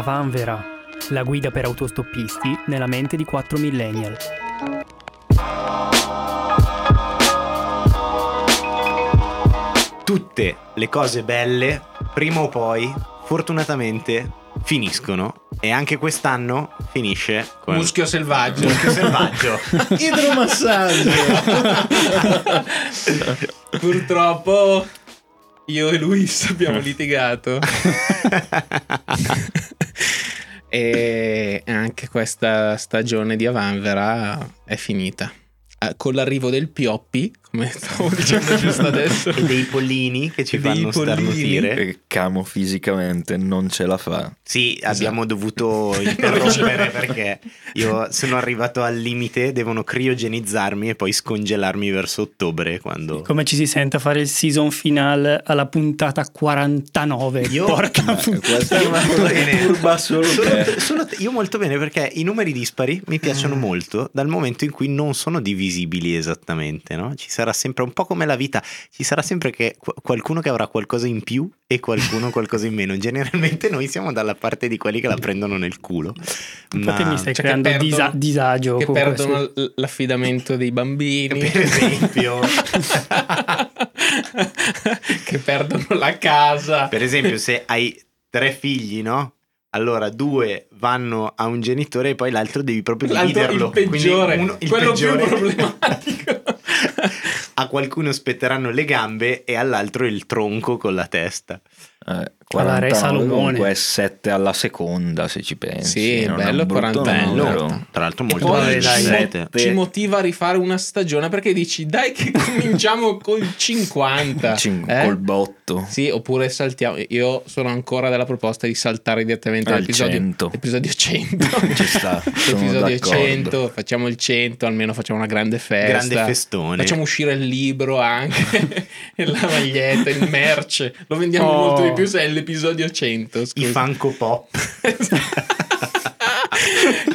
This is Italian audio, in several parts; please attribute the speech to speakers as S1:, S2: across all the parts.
S1: Avanvera, la guida per autostoppisti nella mente di 4 millennial.
S2: Tutte le cose belle, prima o poi, fortunatamente, finiscono. E anche quest'anno finisce con
S3: Muschio selvaggio.
S2: Muschio selvaggio.
S4: Idromassaggio.
S3: Purtroppo io e Luis abbiamo
S2: Eh.
S3: litigato. e anche questa stagione di Avanvera è finita. Eh, Con l'arrivo del Pioppi, come stavo dicendo giusto adesso.
S2: e dei pollini che ci
S3: Dei
S2: fanno
S3: pollini.
S2: starnutire.
S3: Eh?
S4: Perché Camo fisicamente non ce la fa.
S2: Sì, abbiamo dovuto interrompere perché io sono arrivato al limite, devono criogenizzarmi e poi scongelarmi verso ottobre quando...
S1: Come ci si sente a fare il season finale alla puntata 49?
S2: Io-
S1: Porca
S4: Eh,
S1: puttana.
S4: questa è una cosa che
S2: Bene.
S4: turba solo
S2: Solo
S4: te.
S2: te- solo te- io molto bene perché i numeri dispari mi piacciono
S3: Mm.
S2: molto dal momento in cui non sono divisibili esattamente, no? Ci sarà sempre un po' come la vita, ci sarà sempre che qu- qualcuno che avrà qualcosa in più e qualcuno qualcosa in meno. Generalmente noi siamo dalla parte di quelli che la prendono nel culo.
S1: Infatti
S2: ma-
S1: mi stai
S3: Cioè, che
S1: creando
S3: perdono-
S1: disa- disagio.
S3: Che
S1: con
S3: perdono
S1: questo.
S3: l- l'affidamento dei bambini.
S2: Per esempio.
S3: che perdono la casa.
S2: Per esempio, se hai tre figli, no? Allora, due vanno a un genitore e poi l'altro devi proprio
S3: L'altro,
S2: dividerlo.
S3: il peggiore,
S2: Quindi uno- il
S3: quello
S2: peggiore.
S3: più problematico.
S2: a qualcuno spetteranno le gambe e all'altro il tronco con la testa.
S4: Eh,
S1: Alla Re
S4: 49
S1: Salomone.
S4: comunque è 7 alla seconda se ci pensi.
S3: Sì,
S4: non è
S3: bello
S4: un brutto
S3: 49.
S4: numero.
S2: Bello. Tra l'altro
S3: E
S2: molto eh.
S3: poi
S1: Dai, dai,
S2: bello.
S3: ci, mo-
S4: sette.
S3: ci motiva a rifare una stagione perché dici dai che cominciamo col 50
S4: Cin-
S3: eh?
S4: Col boh. botto.
S3: sì oppure saltiamo io sono ancora della proposta di saltare direttamente
S4: Al
S3: all'episodio
S4: 100.
S3: episodio 100
S4: Ci sta, sono
S3: episodio
S4: d'accordo.
S3: 100 facciamo il 100 almeno facciamo una grande festa
S2: Grande festone.
S3: facciamo uscire il libro anche e la maglietta il merch lo vendiamo
S1: Oh.
S3: molto di più se è l'episodio 100
S2: I
S3: scusa.
S2: Funko Pop.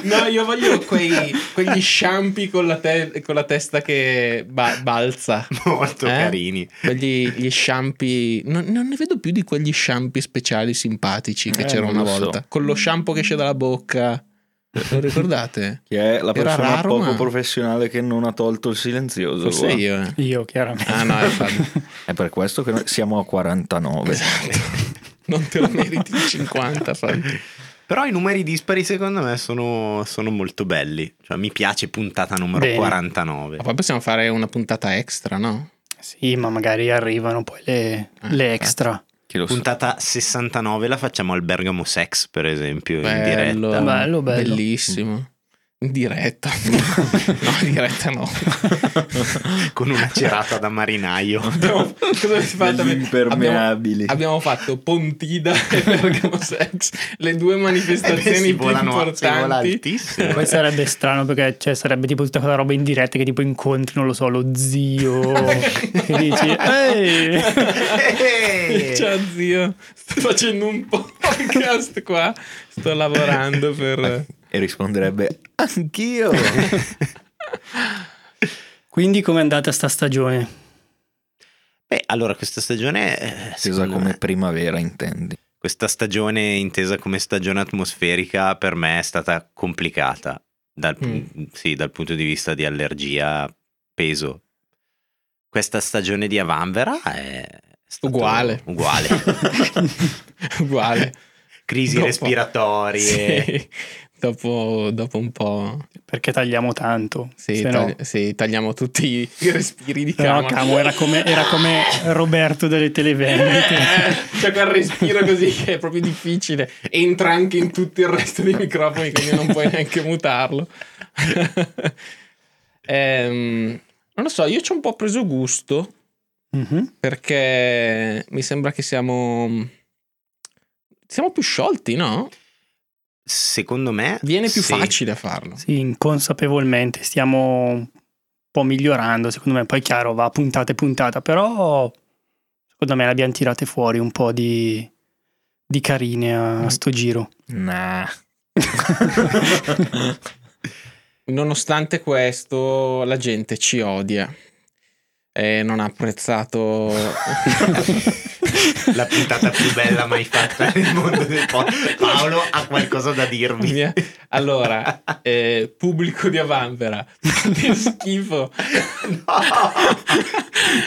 S3: No, io voglio quei, quegli sciampi con la, te- con la testa che ba- balza.
S2: Molto
S3: Eh?
S2: carini.
S3: Quegli gli sciampi. Non, non ne vedo più di quegli sciampi speciali simpatici che
S4: Eh,
S3: c'era
S4: non
S3: una
S4: lo so.
S3: volta. Con lo shampoo che esce dalla bocca. Lo ricordate?
S4: Che è la
S3: Era
S4: persona
S3: raro,
S4: poco
S3: ma-
S4: professionale che non ha tolto il silenzioso.
S3: Forse
S4: qua.
S3: io. eh.
S1: Io chiaramente.
S3: Ah, no, infatti.
S4: È per questo che noi siamo a 49.
S3: Esatto. Non te lo meriti il 50, Fabio.
S2: Però i numeri dispari secondo me sono, sono molto belli. Cioè, mi piace puntata numero
S1: Bene.
S2: 49.
S3: Ma poi possiamo fare una puntata extra, no?
S1: Sì, ma magari arrivano poi le,
S3: Ah,
S1: le extra.
S4: Chi lo sa.
S2: Puntata 69 la facciamo al Bergamo Sex, per esempio, in diretta.
S1: Bello, bello.
S3: Bellissimo. In diretta. no, in diretta no.
S2: con una cerata da marinaio.
S3: Abbiamo- cosa avete fatto? Abbiamo,
S4: Degli impermeabili.
S3: abbiamo fatto Pontida e Bergamo Sex, le due manifestazioni
S2: Eh, si
S3: più
S2: volano- si vola
S3: importanti.
S2: altissimo.
S1: Poi sarebbe strano perché cioè, sarebbe tipo tutta quella roba in diretta che tipo incontri, non lo so, lo zio. e dici, ehi!
S2: Ehi!
S3: Ciao zio, sto facendo un podcast qua, sto lavorando per...
S4: E risponderebbe anch'io.
S1: Quindi com'è andata sta stagione?
S2: Beh, allora questa stagione, eh,
S4: Tesa
S2: secondo
S4: come
S2: me,
S4: primavera, intendi.
S2: questa stagione intesa come stagione atmosferica per me è stata complicata dal, pun-
S3: Mm.
S2: sì, dal punto di vista di allergia, peso. Questa stagione di Avanvera è stato
S3: Uguale.
S2: uguale.
S3: Uguale.
S2: Crisi
S3: Dopo-
S2: respiratorie.
S3: Sì, dopo, dopo un po'...
S1: Perché tagliamo tanto.
S3: Sì,
S1: se no-
S3: tagli- sì, tagliamo tutti i respiri di
S1: No,
S3: camera.
S1: Camo era come, era come Roberto delle televendite.
S3: Eh, C'è quel respiro così che è proprio difficile. Entra anche in tutto il resto dei microfoni, quindi non puoi neanche mutarlo. Ehm, non lo so, io ci ho un po' preso gusto
S1: Mhm.
S3: perché mi sembra che siamo. Siamo più sciolti, no?
S2: Secondo me...
S3: Viene più
S2: sì.
S3: facile a farlo.
S1: Sì, inconsapevolmente stiamo un po' migliorando, secondo me. Poi chiaro, va puntata e puntata, però secondo me le abbiamo tirate fuori un po' di, di carine a, a sto giro.
S4: Nah.
S3: Nonostante questo, la gente ci odia e non ha apprezzato.
S2: la puntata più bella mai fatta nel mondo del podcast. Paolo ha qualcosa da dirmi.
S3: Mia- Allora, eh, pubblico di Avanvera, fate schifo.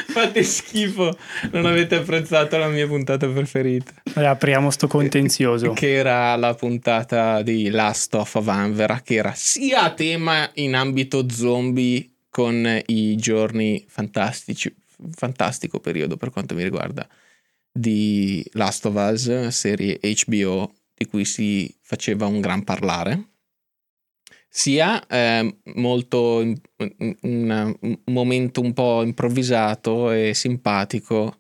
S3: fate schifo. Non avete apprezzato la mia puntata preferita,
S1: Riapriamo sto contenzioso.
S3: che era la puntata di Last of Avanvera, che era sia a tema in ambito zombie con i giorni fantastici, fantastico periodo per quanto mi riguarda, di Last of Us, serie HBO di cui si faceva un gran parlare, sia eh, molto in- un- un un momento un po' improvvisato e simpatico.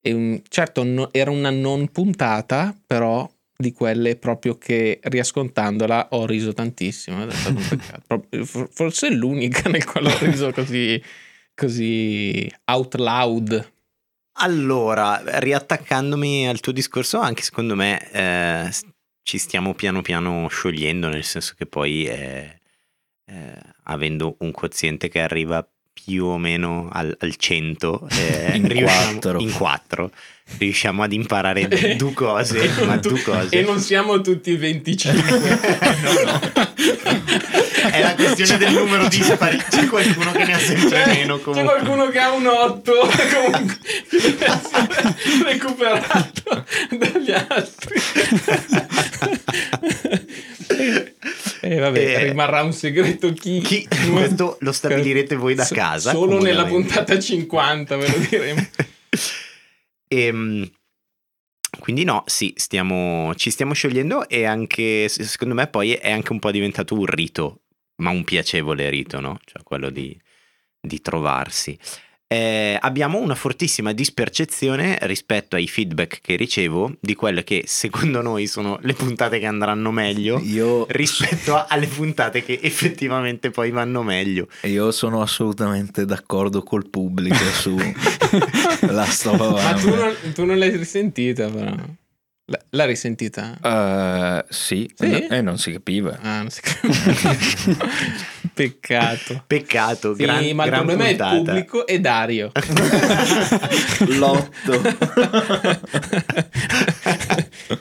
S3: E, un- certo, no- era una non puntata, però di quelle proprio che riascoltandola ho riso tantissimo. ed è stato un peccato. Proprio- for- Forse è l'unica nel quale ho riso così, così out loud.
S2: Allora, riattaccandomi al tuo discorso, anche secondo me eh, s- ci stiamo piano piano sciogliendo, nel senso che poi eh, eh, avendo un quoziente che arriva più o meno al, al 100 eh,
S4: In
S2: riusciamo-
S4: quattro.
S2: in quattro, riusciamo ad imparare due
S3: E
S2: cose,
S3: non
S2: ma
S3: tu-
S2: due cose.
S3: E non siamo tutti 25.
S2: No, no. È la questione del numero dispari. C'è qualcuno che ne ha sempre
S3: Eh, C'è-
S2: meno, comunque.
S3: C'è qualcuno che ha un 8 comunque che deve essere recuperato dagli altri. e vabbè,
S2: Eh,
S3: rimarrà un segreto chi.
S2: Chi- questo lo stabilirete voi da
S3: So-
S2: casa,
S3: Solo nella
S2: comunamente.
S3: puntata 50 ve lo diremo.
S2: Ehm, quindi no, sì, stiamo, ci stiamo sciogliendo e anche, se- secondo me poi è anche un po' diventato un rito, ma un piacevole rito, no? Cioè quello di, di trovarsi. Eh, abbiamo una fortissima dispercezione rispetto ai feedback che ricevo di quelle che secondo noi sono le puntate che andranno meglio
S4: Io,
S2: rispetto a- alle puntate che effettivamente poi vanno meglio.
S4: io sono assolutamente d'accordo col pubblico su la sto
S3: Ma tu non, tu non l'hai risentita, però. L- L'hai risentita?
S4: Eh, sì,
S3: Sì?
S4: e non si capiva.
S3: Ah, non si capisce. Peccato.
S2: Peccato,
S3: Sì,
S2: gran,
S3: ma il
S2: gran
S3: problema
S2: puntata.
S3: è il pubblico e Dario.
S4: Lotto.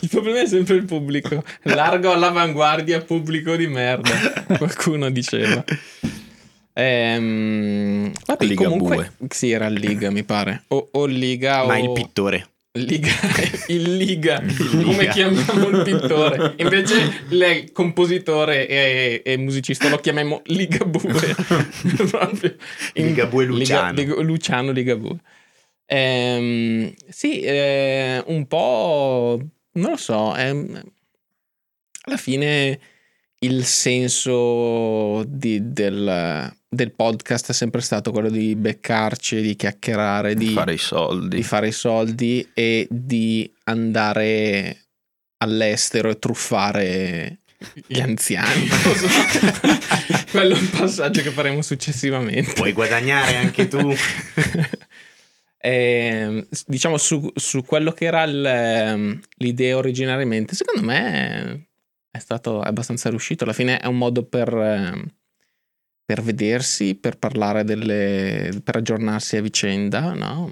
S3: il problema è sempre il pubblico. Largo all'avanguardia, pubblico di merda. Qualcuno diceva. Ehm, vabbè,
S4: Liga
S3: comunque, sì, era Liga, mi pare. O, o Liga o
S2: Ma il pittore.
S3: Liga, il Liga,
S2: Il
S3: come
S2: Liga.
S3: chiamiamo il pittore. Invece il compositore e, e musicista lo chiamiamo Ligabue. Proprio in-
S2: Ligabue Luciano.
S3: Liga- Liga- Luciano Ligabue. Ehm, sì, eh, un po'... Non lo so, ehm, alla fine il senso di- del, del podcast è sempre stato quello di beccarci, di chiacchierare, di
S4: Fare i soldi.
S3: di fare i soldi e di andare all'estero e truffare gli anziani. Non so. Quello è un passaggio che faremo successivamente.
S2: Puoi guadagnare anche tu.
S3: Ehm, s- diciamo su, su quello che era il, ehm, l'idea originariamente, secondo me è stato abbastanza riuscito. Alla fine è un modo per, ehm, per vedersi, per parlare delle. per aggiornarsi a vicenda, no?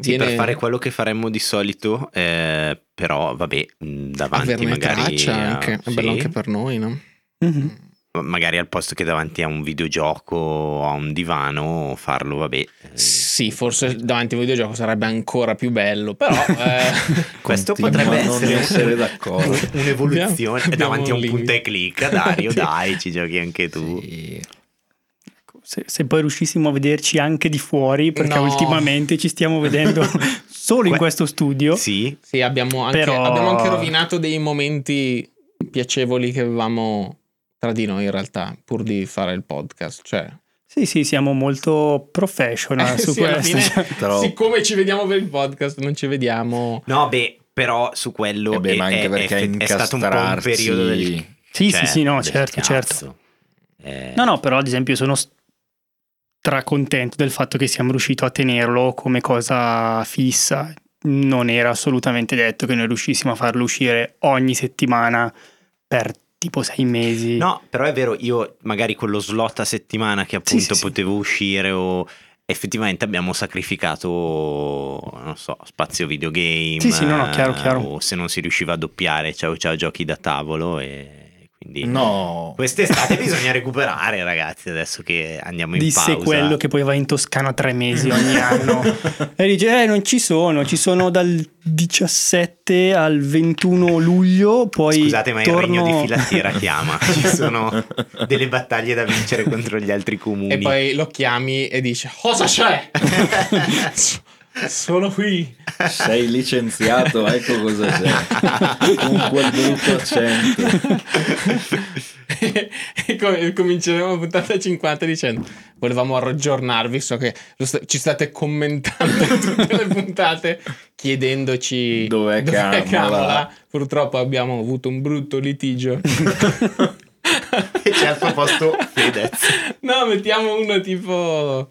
S2: Sì, per
S3: Viene-
S2: fare quello che faremmo di solito, eh, però vabbè, mh, davanti
S3: averne
S2: magari
S3: traccia
S2: a-
S3: anche, è
S2: sì,
S3: bello anche per noi, no?
S1: Mhm.
S2: magari al posto che davanti a un videogioco o a un divano farlo, vabbè. eh,
S3: Sì, forse davanti a un videogioco sarebbe ancora più bello, però eh,
S2: Questo
S4: Continua
S2: potrebbe
S4: a non
S2: essere,
S4: essere d'accordo.
S2: un'evoluzione
S3: Abbiamo- abbiamo
S2: davanti a
S3: un
S2: un punta e
S3: limite.
S2: clicca, Dario, dai, ci giochi anche tu.
S4: Sì.
S1: Ecco, Se, se poi riuscissimo a vederci anche di fuori, perché
S3: No.
S1: ultimamente ci stiamo vedendo solo in
S2: Que-
S1: questo studio.
S2: Sì,
S3: sì, abbiamo anche,
S1: Però-
S3: abbiamo anche rovinato dei momenti piacevoli che avevamo tra di noi in realtà, pur di fare il podcast. Cioè,
S1: Sì, sì, siamo molto professional
S3: eh,
S1: su
S3: sì, alla
S1: questo. cioè,
S3: fine,
S4: Però-
S3: siccome ci vediamo per il podcast, non ci vediamo.
S2: No, beh, però su quello
S4: Eh beh,
S2: è,
S4: ma anche
S2: è-
S4: perché
S2: è- è stato un po' un
S4: incastrarsi-
S2: periodo del
S1: Sì,
S2: cioè,
S1: sì, sì, no,
S2: del
S1: certo, certo.
S2: cazzo. Eh,
S1: No, no, però ad esempio sono s- tracontento del fatto che siamo riusciti a tenerlo come cosa fissa. Non era assolutamente detto che noi riuscissimo a farlo uscire ogni settimana per tipo sei mesi.
S2: No, però è vero, io magari con lo slot a settimana che appunto
S1: sì, sì.
S2: potevo uscire o effettivamente abbiamo sacrificato, non so, spazio videogame.
S1: Sì, sì, no, no, chiaro,
S2: eh,
S1: chiaro.
S2: O se non si riusciva a doppiare, ciao ciao giochi da tavolo e quindi...
S4: No.
S2: Quest'estate bisogna recuperare ragazzi, adesso che andiamo in
S1: Disse
S2: pausa.
S1: quello che poi va in Toscana tre mesi ogni anno. e dice, eh, non ci sono, ci sono dal 17 al 21 luglio, poi
S2: Scusate, ma
S1: torno...
S2: il regno di filatira chiama. Ci sono delle battaglie da vincere contro gli altri comuni.
S3: E poi lo chiami e dici Cosa c'è? Sono qui.
S4: Sei licenziato, ecco cosa c'è. Con quel brutto accento.
S3: e com- cominceremo la puntata 50 dicendo volevamo aggiornarvi, so che lo sta- ci state commentando tutte le puntate chiedendoci
S4: Dov'è Kamala?"
S3: Purtroppo abbiamo avuto un brutto litigio.
S2: E c'è al suo posto Fedez.
S3: No, mettiamo uno tipo.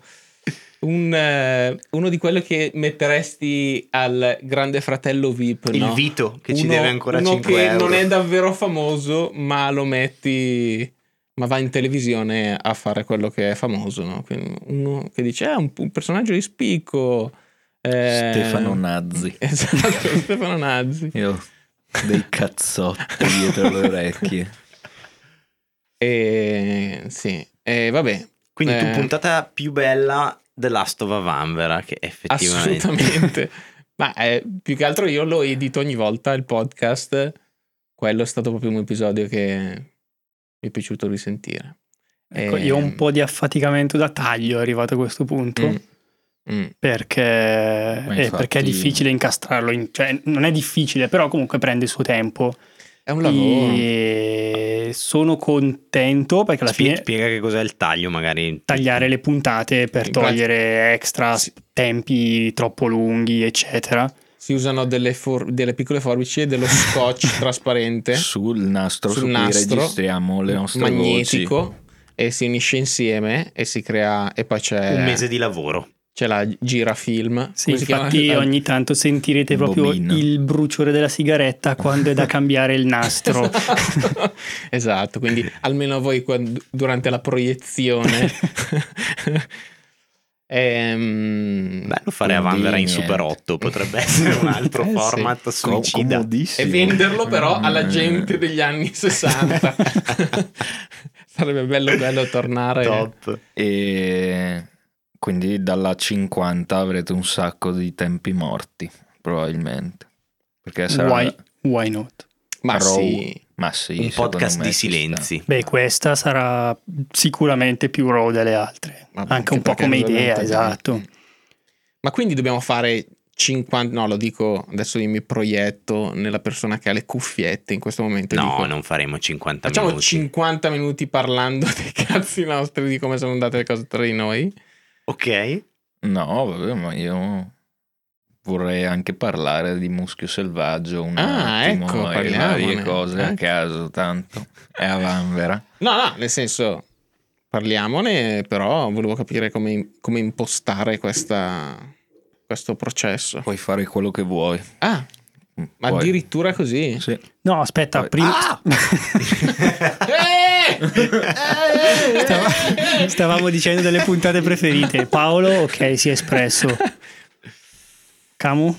S3: un, eh, uno di quelli che metteresti al Grande Fratello VIP.
S2: Il
S3: no?
S2: Vito che ci
S3: Uno-
S2: deve ancora
S3: uno
S2: 5
S3: che
S2: euro.
S3: non è davvero famoso, ma lo metti. Ma va in televisione a fare quello che è famoso, no? Quindi uno che dice: è un, un personaggio di spicco. eh,
S4: Stefano Nazzi.
S3: Esatto, Stefano Nazzi.
S4: Io ho dei cazzotti dietro le orecchie.
S3: E sì, e vabbè,
S2: Quindi tu
S3: Eh.
S2: puntata più bella The Last of Us Vanvera che effettivamente
S3: Assolutamente. Ma eh, più che altro io lo edito ogni volta il podcast. Quello è stato proprio un episodio che mi è piaciuto risentire.
S1: Ecco, io ho un
S3: Ehm,
S1: po' di affaticamento da taglio arrivato a questo punto.
S3: mm, mm.
S1: Perché,
S4: Ma
S1: eh, perché è
S4: infatti-
S1: difficile incastrarlo, in- cioè non è difficile, però comunque prende il suo tempo.
S3: È un lavoro.
S1: E sono contento perché alla
S2: Spie-
S1: fine
S2: spiega che cos'è il taglio magari
S1: tagliare le puntate per
S3: Infatti-
S1: togliere extra s- tempi troppo lunghi, eccetera.
S3: Si usano delle, for- delle piccole forbici e dello scotch trasparente
S4: Sul nastro
S3: Sul
S4: su
S3: nastro,
S4: cui registriamo le nostre
S3: magnetico
S4: voci.
S3: e si unisce insieme e si crea. E poi c'è,
S2: un mese di lavoro.
S3: c'è la gira film.
S1: Sì, infatti ogni tanto sentirete proprio
S4: Bobina.
S1: il bruciore della sigaretta quando è da cambiare il nastro.
S3: Esatto. Esatto, quindi almeno voi quando- durante la proiezione. Ehm,
S2: Bello fare a
S4: Quindi
S2: Vanvera in
S4: niente.
S2: Super 8, potrebbe essere un altro
S3: Eh, sì.
S2: format
S4: Com-
S2: suicida.
S3: e
S4: comodissimo.
S3: venderlo però alla
S4: Mm.
S3: gente degli anni 60. Sarebbe bello bello tornare.
S2: Top.
S4: E quindi dalla 50 avrete un sacco di tempi morti, probabilmente. Perché sarà
S1: why, why not?
S3: Ma
S4: Raw.
S3: sì.
S4: ma sì,
S2: un
S4: secondo
S2: podcast
S4: me
S2: di
S4: ci
S2: silenzi.
S4: sta.
S1: Beh, questa sarà sicuramente più raw delle altre.
S3: Vabbè,
S1: anche, un po'
S3: perché
S1: come idea,
S3: ovviamente-
S1: esatto.
S3: Ma quindi dobbiamo fare 50 No, lo dico, adesso io mi proietto nella persona che ha le cuffiette in questo momento. e
S2: No,
S3: dico,
S2: non faremo 50
S3: Facciamo
S2: minuti.
S3: 50 minuti parlando dei cazzi nostri, di come sono andate le cose tra di noi.
S2: Ok.
S4: No, vabbè, ma io vorrei anche parlare di muschio selvaggio un
S3: Ah,
S4: attimo
S3: ecco,
S4: e
S3: parliamone.
S4: varie cose a
S3: Eh.
S4: caso, tanto è a Vanvera.
S3: No, no, nel senso, parliamone, però volevo capire come, come impostare questa, questo processo.
S4: Puoi fare quello che vuoi.
S3: Ah, ma
S4: Puoi.
S3: addirittura così.
S4: Sì.
S1: No, aspetta,
S4: Poi-
S1: prima
S2: Ah!
S3: Eh!
S1: Stava- stavamo dicendo delle puntate preferite. Paolo, ok, si è espresso. Camu,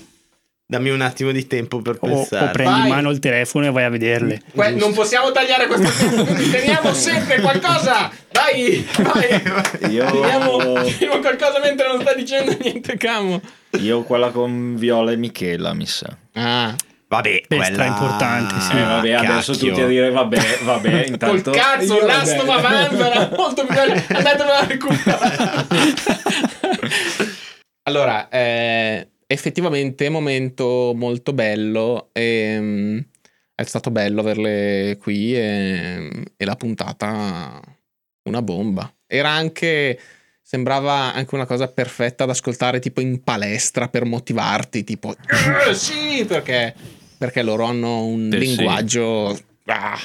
S2: Dammi un attimo di tempo per
S1: o, o
S2: pensare.
S1: prendi in
S3: Vai.
S1: mano il telefono e vai a vederle.
S3: Que- non possiamo tagliare questo pezzo, quindi teniamo sempre qualcosa. Dai, vai.
S4: Io-
S3: Teniamo, teniamo qualcosa mentre non sta dicendo niente, Camo.
S4: Io quella con Viola e Michela, mi sa.
S3: Ah,
S2: Vabbè,
S1: Beh,
S2: quella
S1: straimportante, sì.
S4: Eh, vabbè, adesso
S2: Ah, Cacchio.
S4: tutti a dire vabbè, vabbè, intanto...
S3: Col cazzo,
S4: Io,
S3: l'asto
S4: vabbè.
S3: ma vanvera, molto più bello, andatelo a recuperare. allora, eh, effettivamente momento molto bello, ehm, è stato bello averle qui ehm, e, la puntata una bomba. Era anche... Sembrava anche una cosa perfetta ad ascoltare tipo in palestra per motivarti, tipo "Eh, sì, perché, perché loro hanno un
S4: Eh, Sì, sì.
S3: linguaggio ah,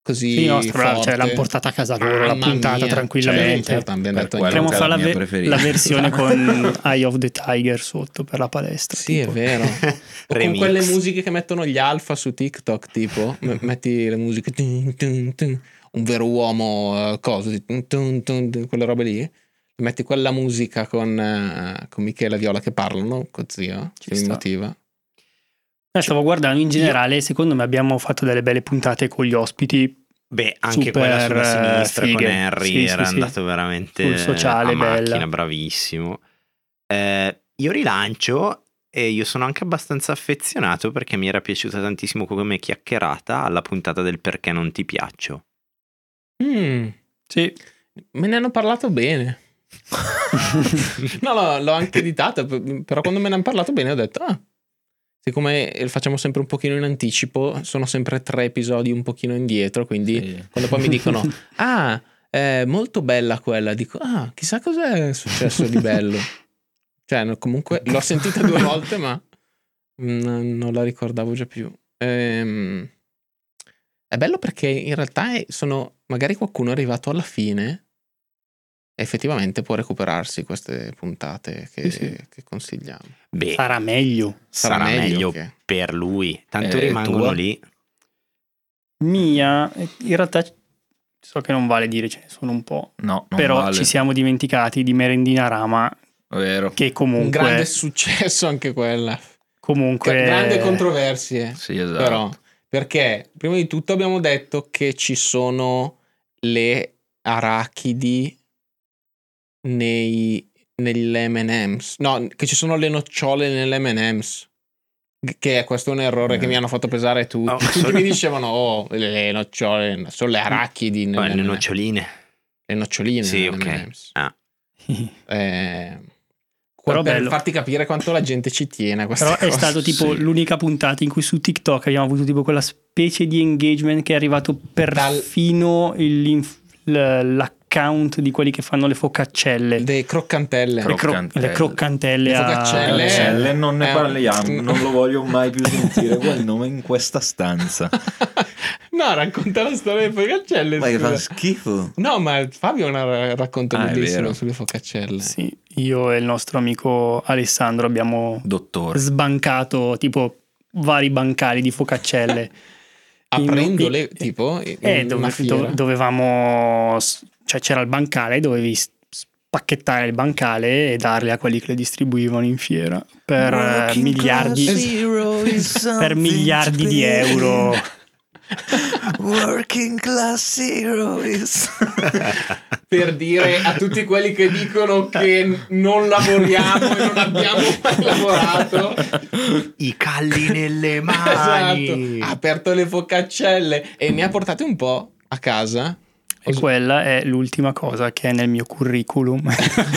S3: così
S1: Sì, no, stra-
S3: forte.
S1: cioè, l'hanno portata a casa loro la
S3: Mamma
S1: puntata
S3: mia.
S1: tranquillamente.
S3: Cioè, certo, abbiamo
S4: Per
S3: detto
S4: quello
S1: Potremmo
S4: che è
S1: fare
S4: la
S1: la,
S4: mia
S1: ve-
S4: preferita.
S1: la versione con Eye of the Tiger sotto per la palestra.
S3: Sì, è
S1: tipo.
S3: vero. O con
S2: Remix.
S3: quelle musiche che mettono gli alfa su TikTok, tipo, m- metti le musiche tun, tun, tun, un vero uomo, eh, cosa, tun, tun, tun, tun, quelle robe lì. metti quella musica con, eh, con Michela e Viola che parlano, così
S1: Ci
S3: che mi
S1: sta.
S3: motiva.
S1: Eh, stavo guardando in generale, secondo me abbiamo fatto delle belle puntate con gli ospiti
S2: Beh,
S1: Super,
S2: anche quella sulla sinistra
S1: eh,
S2: con
S1: fighe.
S2: Harry
S1: Sì, sì,
S2: era
S1: sì.
S2: andato veramente
S1: Sul sociale,
S2: a macchina,
S1: bella.
S2: bravissimo. Eh, io rilancio e io sono anche abbastanza affezionato perché mi era piaciuta tantissimo come chiacchierata alla puntata del perché non ti piaccio.
S3: Mm,
S1: sì.
S3: me ne hanno parlato bene. No, no, l'ho anche editata, p- però quando me ne hanno parlato bene ho detto, ah, siccome eh, facciamo sempre un pochino in anticipo, sono sempre tre episodi un pochino indietro, quindi
S4: Sì.
S3: quando poi mi dicono, ah, è molto bella quella, dico, ah, chissà cos'è successo di bello. Cioè, no, comunque l'ho sentita due volte, ma mm, non la ricordavo già più. Ehm, è bello perché in realtà è- sono, magari qualcuno è arrivato alla fine e effettivamente può recuperarsi queste puntate
S1: Sì,
S3: che,
S1: sì.
S3: che consigliamo.
S2: Beh, sarà,
S1: Sarà meglio.
S2: meglio
S3: che-
S2: per lui. Tanto
S4: Eh,
S2: rimangono
S4: tua?
S2: lì.
S1: Mia, eh, in realtà so che non vale dire, ce ne sono un po'.
S4: No, non
S1: Però
S4: vale.
S1: ci siamo dimenticati di Merendina Rama,
S4: Vero.
S1: che
S3: Un grande
S1: comunque...
S3: successo anche quella. Cioè,
S1: comunque
S3: Grande controversie.
S4: Sì, esatto.
S3: Però, perché prima di tutto abbiamo detto che ci sono le arachidi nei, negli M&M's. No, che ci sono le nocciole nelle M&M's. Che è questo è un errore che mi hanno fatto pesare tutti.
S2: Oh,
S3: tutti
S2: Eh. sono-
S3: mi dicevano, oh, le, le nocciole, sono le arachidi
S2: Poi
S3: nelle
S2: Eh, le
S3: M&M's."
S2: noccioline.
S3: Le noccioline
S2: Sì,
S3: nelle
S2: ok.
S3: M&M's.
S2: Ah.
S3: Eh,
S1: Però
S3: per
S1: bello.
S3: farti capire quanto la gente ci tiene a questa
S1: Però è
S3: cosa.
S1: stato tipo
S4: sì.
S1: l'unica puntata in cui su TikTok abbiamo avuto tipo quella specie di engagement che è arrivato perfino il- l'inf- l- l'account di quelli che fanno le focaccelle.
S3: Le croccantelle.
S1: le, cro-
S4: Croccantelle. eh.
S1: le croccantelle
S3: Le
S1: a-
S3: focaccelle.
S1: focaccelle.
S3: Lei-
S5: Cancelle, Eh, cioè, non ne
S3: è un-
S5: parliamo, non lo voglio mai più sentire quel nome in questa stanza.
S3: no, racconta la storia delle focaccelle.
S5: Ma che
S3: scusa.
S5: fa schifo.
S3: No, ma Fabio ha una ra- racconto
S4: Ah, è
S3: bellissimo
S4: vero.
S3: sulle focaccelle.
S1: Sì, io e il nostro amico Alessandro abbiamo
S4: Dottore.
S1: sbancato tipo vari bancali di focaccelle. In-
S3: Aprendole,
S1: in-
S3: tipo, in
S1: Eh,
S3: una
S1: dove-
S3: fiera.
S1: do- dovevamo, s- cioè c'era il bancale, dovevi s- spacchettare il bancale e darle a quelli che le distribuivano in fiera per eh, miliardi, per miliardi di euro.
S5: Working class hero is...
S3: per dire a tutti quelli che dicono che non lavoriamo e non abbiamo mai lavorato.
S2: I calli nelle
S3: Esatto.
S2: mani.
S3: Ha aperto le focaccelle e ne ha portate un po' a casa.
S1: E quella è l'ultima cosa che è nel mio curriculum.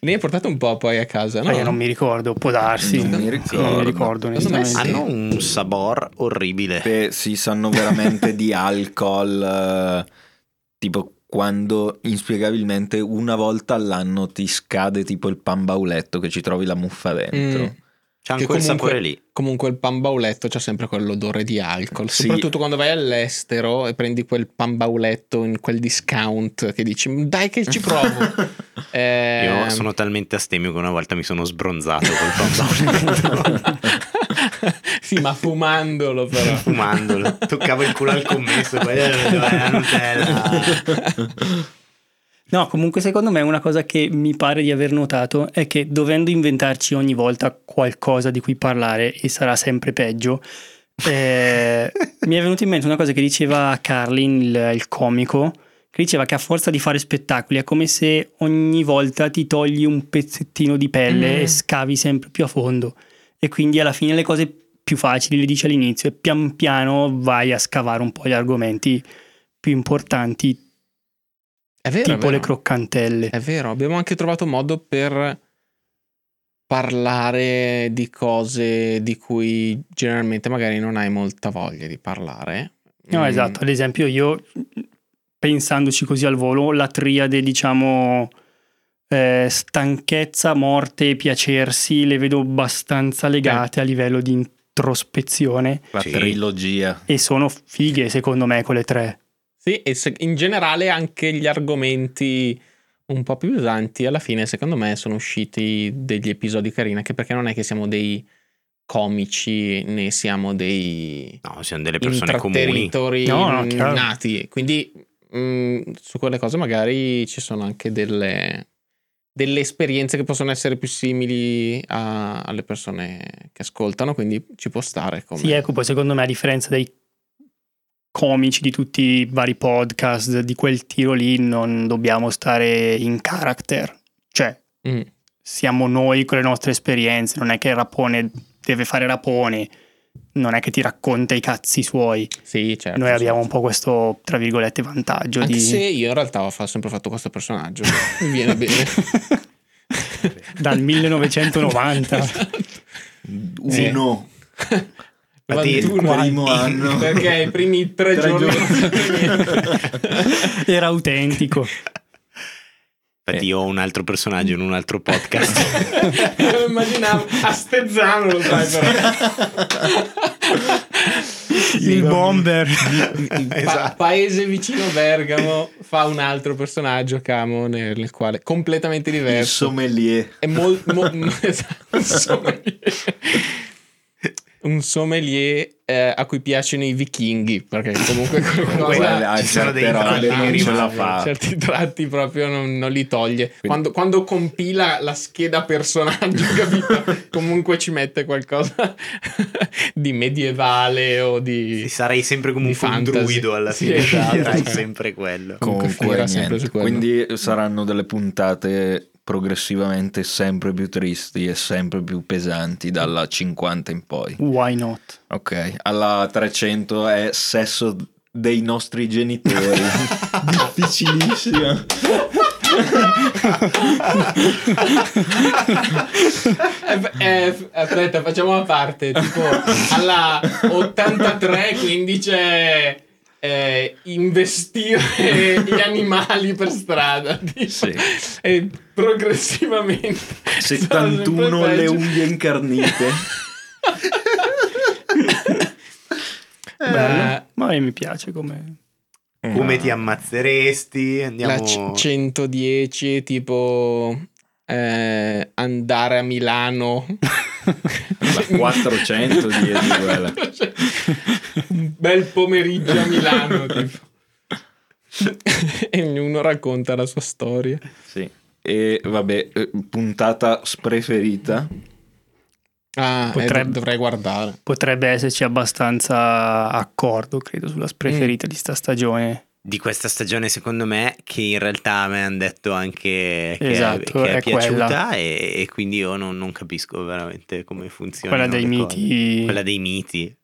S3: ne hai portato un po' poi a casa, no?
S1: Ma Io non mi ricordo, può darsi.
S4: Non mi
S1: Non mi
S4: ricordo.
S1: ricordo,
S3: Secondo me
S1: onestamente.
S3: sì.
S2: Hanno un sabor orribile.
S5: Che si sanno veramente di alcol, eh, tipo quando inspiegabilmente una volta all'anno ti scade tipo il pan bauletto che ci trovi la muffa dentro.
S3: Mm.
S2: C'è
S3: Che
S2: anche quel
S3: comunque-
S2: sapore lì.
S3: Comunque il pan bauletto c'ha sempre quell'odore di alcol,
S5: Sì.
S3: soprattutto quando vai all'estero e prendi quel pan bauletto in quel discount che dici dai che ci provo.
S5: Mm.
S3: Eh,
S2: Io sono talmente astemio che una volta mi sono sbronzato col panzone
S3: sì, ma fumandolo però.
S2: fumandolo. Toccavo il culo al commesso, poi eh, la Nutella.
S1: No, comunque secondo me una cosa che mi pare di aver notato è che dovendo inventarci ogni volta qualcosa di cui parlare e sarà sempre peggio, eh, mi è venuta in mente una cosa che diceva Carlin, il, il comico, che diceva che a forza di fare spettacoli è come se ogni volta ti togli un pezzettino di pelle
S3: Mm.
S1: e scavi sempre più a fondo e quindi alla fine le cose più facili le dici all'inizio e pian piano vai a scavare un po' gli argomenti più importanti
S3: È vero, è
S1: tipo le
S3: vero.
S1: croccantelle.
S3: È vero, abbiamo anche trovato modo per parlare di cose di cui generalmente magari non hai molta voglia di parlare.
S1: No,
S3: Mm.
S1: esatto. Ad esempio, io pensandoci così al volo, la triade, diciamo, eh, stanchezza, morte e piacersi le vedo abbastanza legate a livello di introspezione
S4: La
S2: Sì.
S4: trilogia.
S1: e sono fighe secondo me quelle tre.
S3: Sì, e se- in generale anche gli argomenti un po' più pesanti alla fine, secondo me, sono usciti degli episodi carini, anche perché non è che siamo dei comici né siamo dei
S2: No, siamo delle persone comuni.
S3: intrattenitori
S1: No, no, chiaro.
S3: nati, quindi mm, su quelle cose magari ci sono anche delle, delle esperienze che possono essere più simili a- alle persone che ascoltano, quindi ci può stare. Come...
S1: Sì, ecco, poi secondo me a differenza dei comici di tutti i vari podcast di quel tiro lì, non dobbiamo stare in character. Cioè,
S3: Mm.
S1: siamo noi con le nostre esperienze, non è che Rapone deve fare Rapone, non è che ti racconta i cazzi suoi.
S3: Sì, certo.
S1: Noi abbiamo un
S3: certo.
S1: po' questo, tra virgolette, vantaggio
S3: Anche
S1: di...
S3: se io in realtà ho fa- sempre fatto questo personaggio, mi viene bene.
S1: Dal 1990.
S3: Sì.
S5: Uno.
S2: Ma ti-
S5: Il
S3: Quando-
S5: primo anno.
S3: Perché i primi tre,
S5: Tre
S3: giorni...
S1: Era autentico.
S3: Eh.
S2: Infatti, io ho un altro personaggio in un altro podcast.
S3: Io immaginavo a Stezzano lo sai però.
S1: Il bomber.
S3: Pa-
S2: esatto.
S3: paese vicino Bergamo fa un altro personaggio Camo nel, nel quale completamente
S5: Il
S3: diverso
S5: sommelier.
S3: è molto un sommelier, un sommelier, eh, a cui piacciono i vichinghi perché comunque qualcosa
S5: Guarda,
S2: ci
S5: a
S2: sono
S5: certe
S2: dei
S5: robe
S2: tratti
S5: non
S2: che
S5: ce la
S2: rimangono,
S5: fa.
S3: certi tratti proprio non, non li toglie quando, quando compila la scheda personaggio capito comunque ci mette qualcosa di medievale o di
S2: Sarei sempre comunque
S3: Di
S2: un
S3: fantasy.
S2: druido alla
S3: Sì,
S2: fine.
S3: esatto.
S2: Sarai sempre quello.
S3: Comunque finirà sempre
S4: niente.
S3: su quello.
S4: Quindi saranno delle puntate progressivamente sempre più tristi e sempre più pesanti dalla 50 in poi.
S1: Why not?
S4: Ok.
S5: Alla 300 è sesso dei nostri genitori. Difficilissimo.
S3: Eh, eh, aspetta, facciamo a parte. Tipo, alla 83, quindi c'è eh, investire gli animali per strada. tipo.
S5: Sì.
S3: E progressivamente. sarà sempre
S5: 71 le
S3: peggio.
S5: unghie incarnite.
S3: Eh. Ma
S1: Ma mi piace come...
S2: Come
S4: Ah.
S2: ti ammazzeresti? Andiamo.
S3: La c- 110 è tipo eh, andare a Milano.
S5: La 400 dietro quella.
S3: Un bel pomeriggio a Milano. tipo. e ognuno racconta la sua storia.
S5: Sì. E vabbè, eh, puntata spreferita.
S3: Ah, eh,
S1: Potrebbe-
S3: dovrei guardare.
S1: Potrebbe esserci abbastanza accordo, credo, sulla
S2: Mm.
S1: preferita di sta stagione.
S2: Di questa stagione, secondo me, che in realtà mi hanno detto anche che
S1: Esatto,
S2: è, che è
S1: è
S2: piaciuta,
S1: quella.
S2: e, e quindi io non, non capisco veramente come funziona.
S1: Quella dei miti...
S2: Quella dei miti.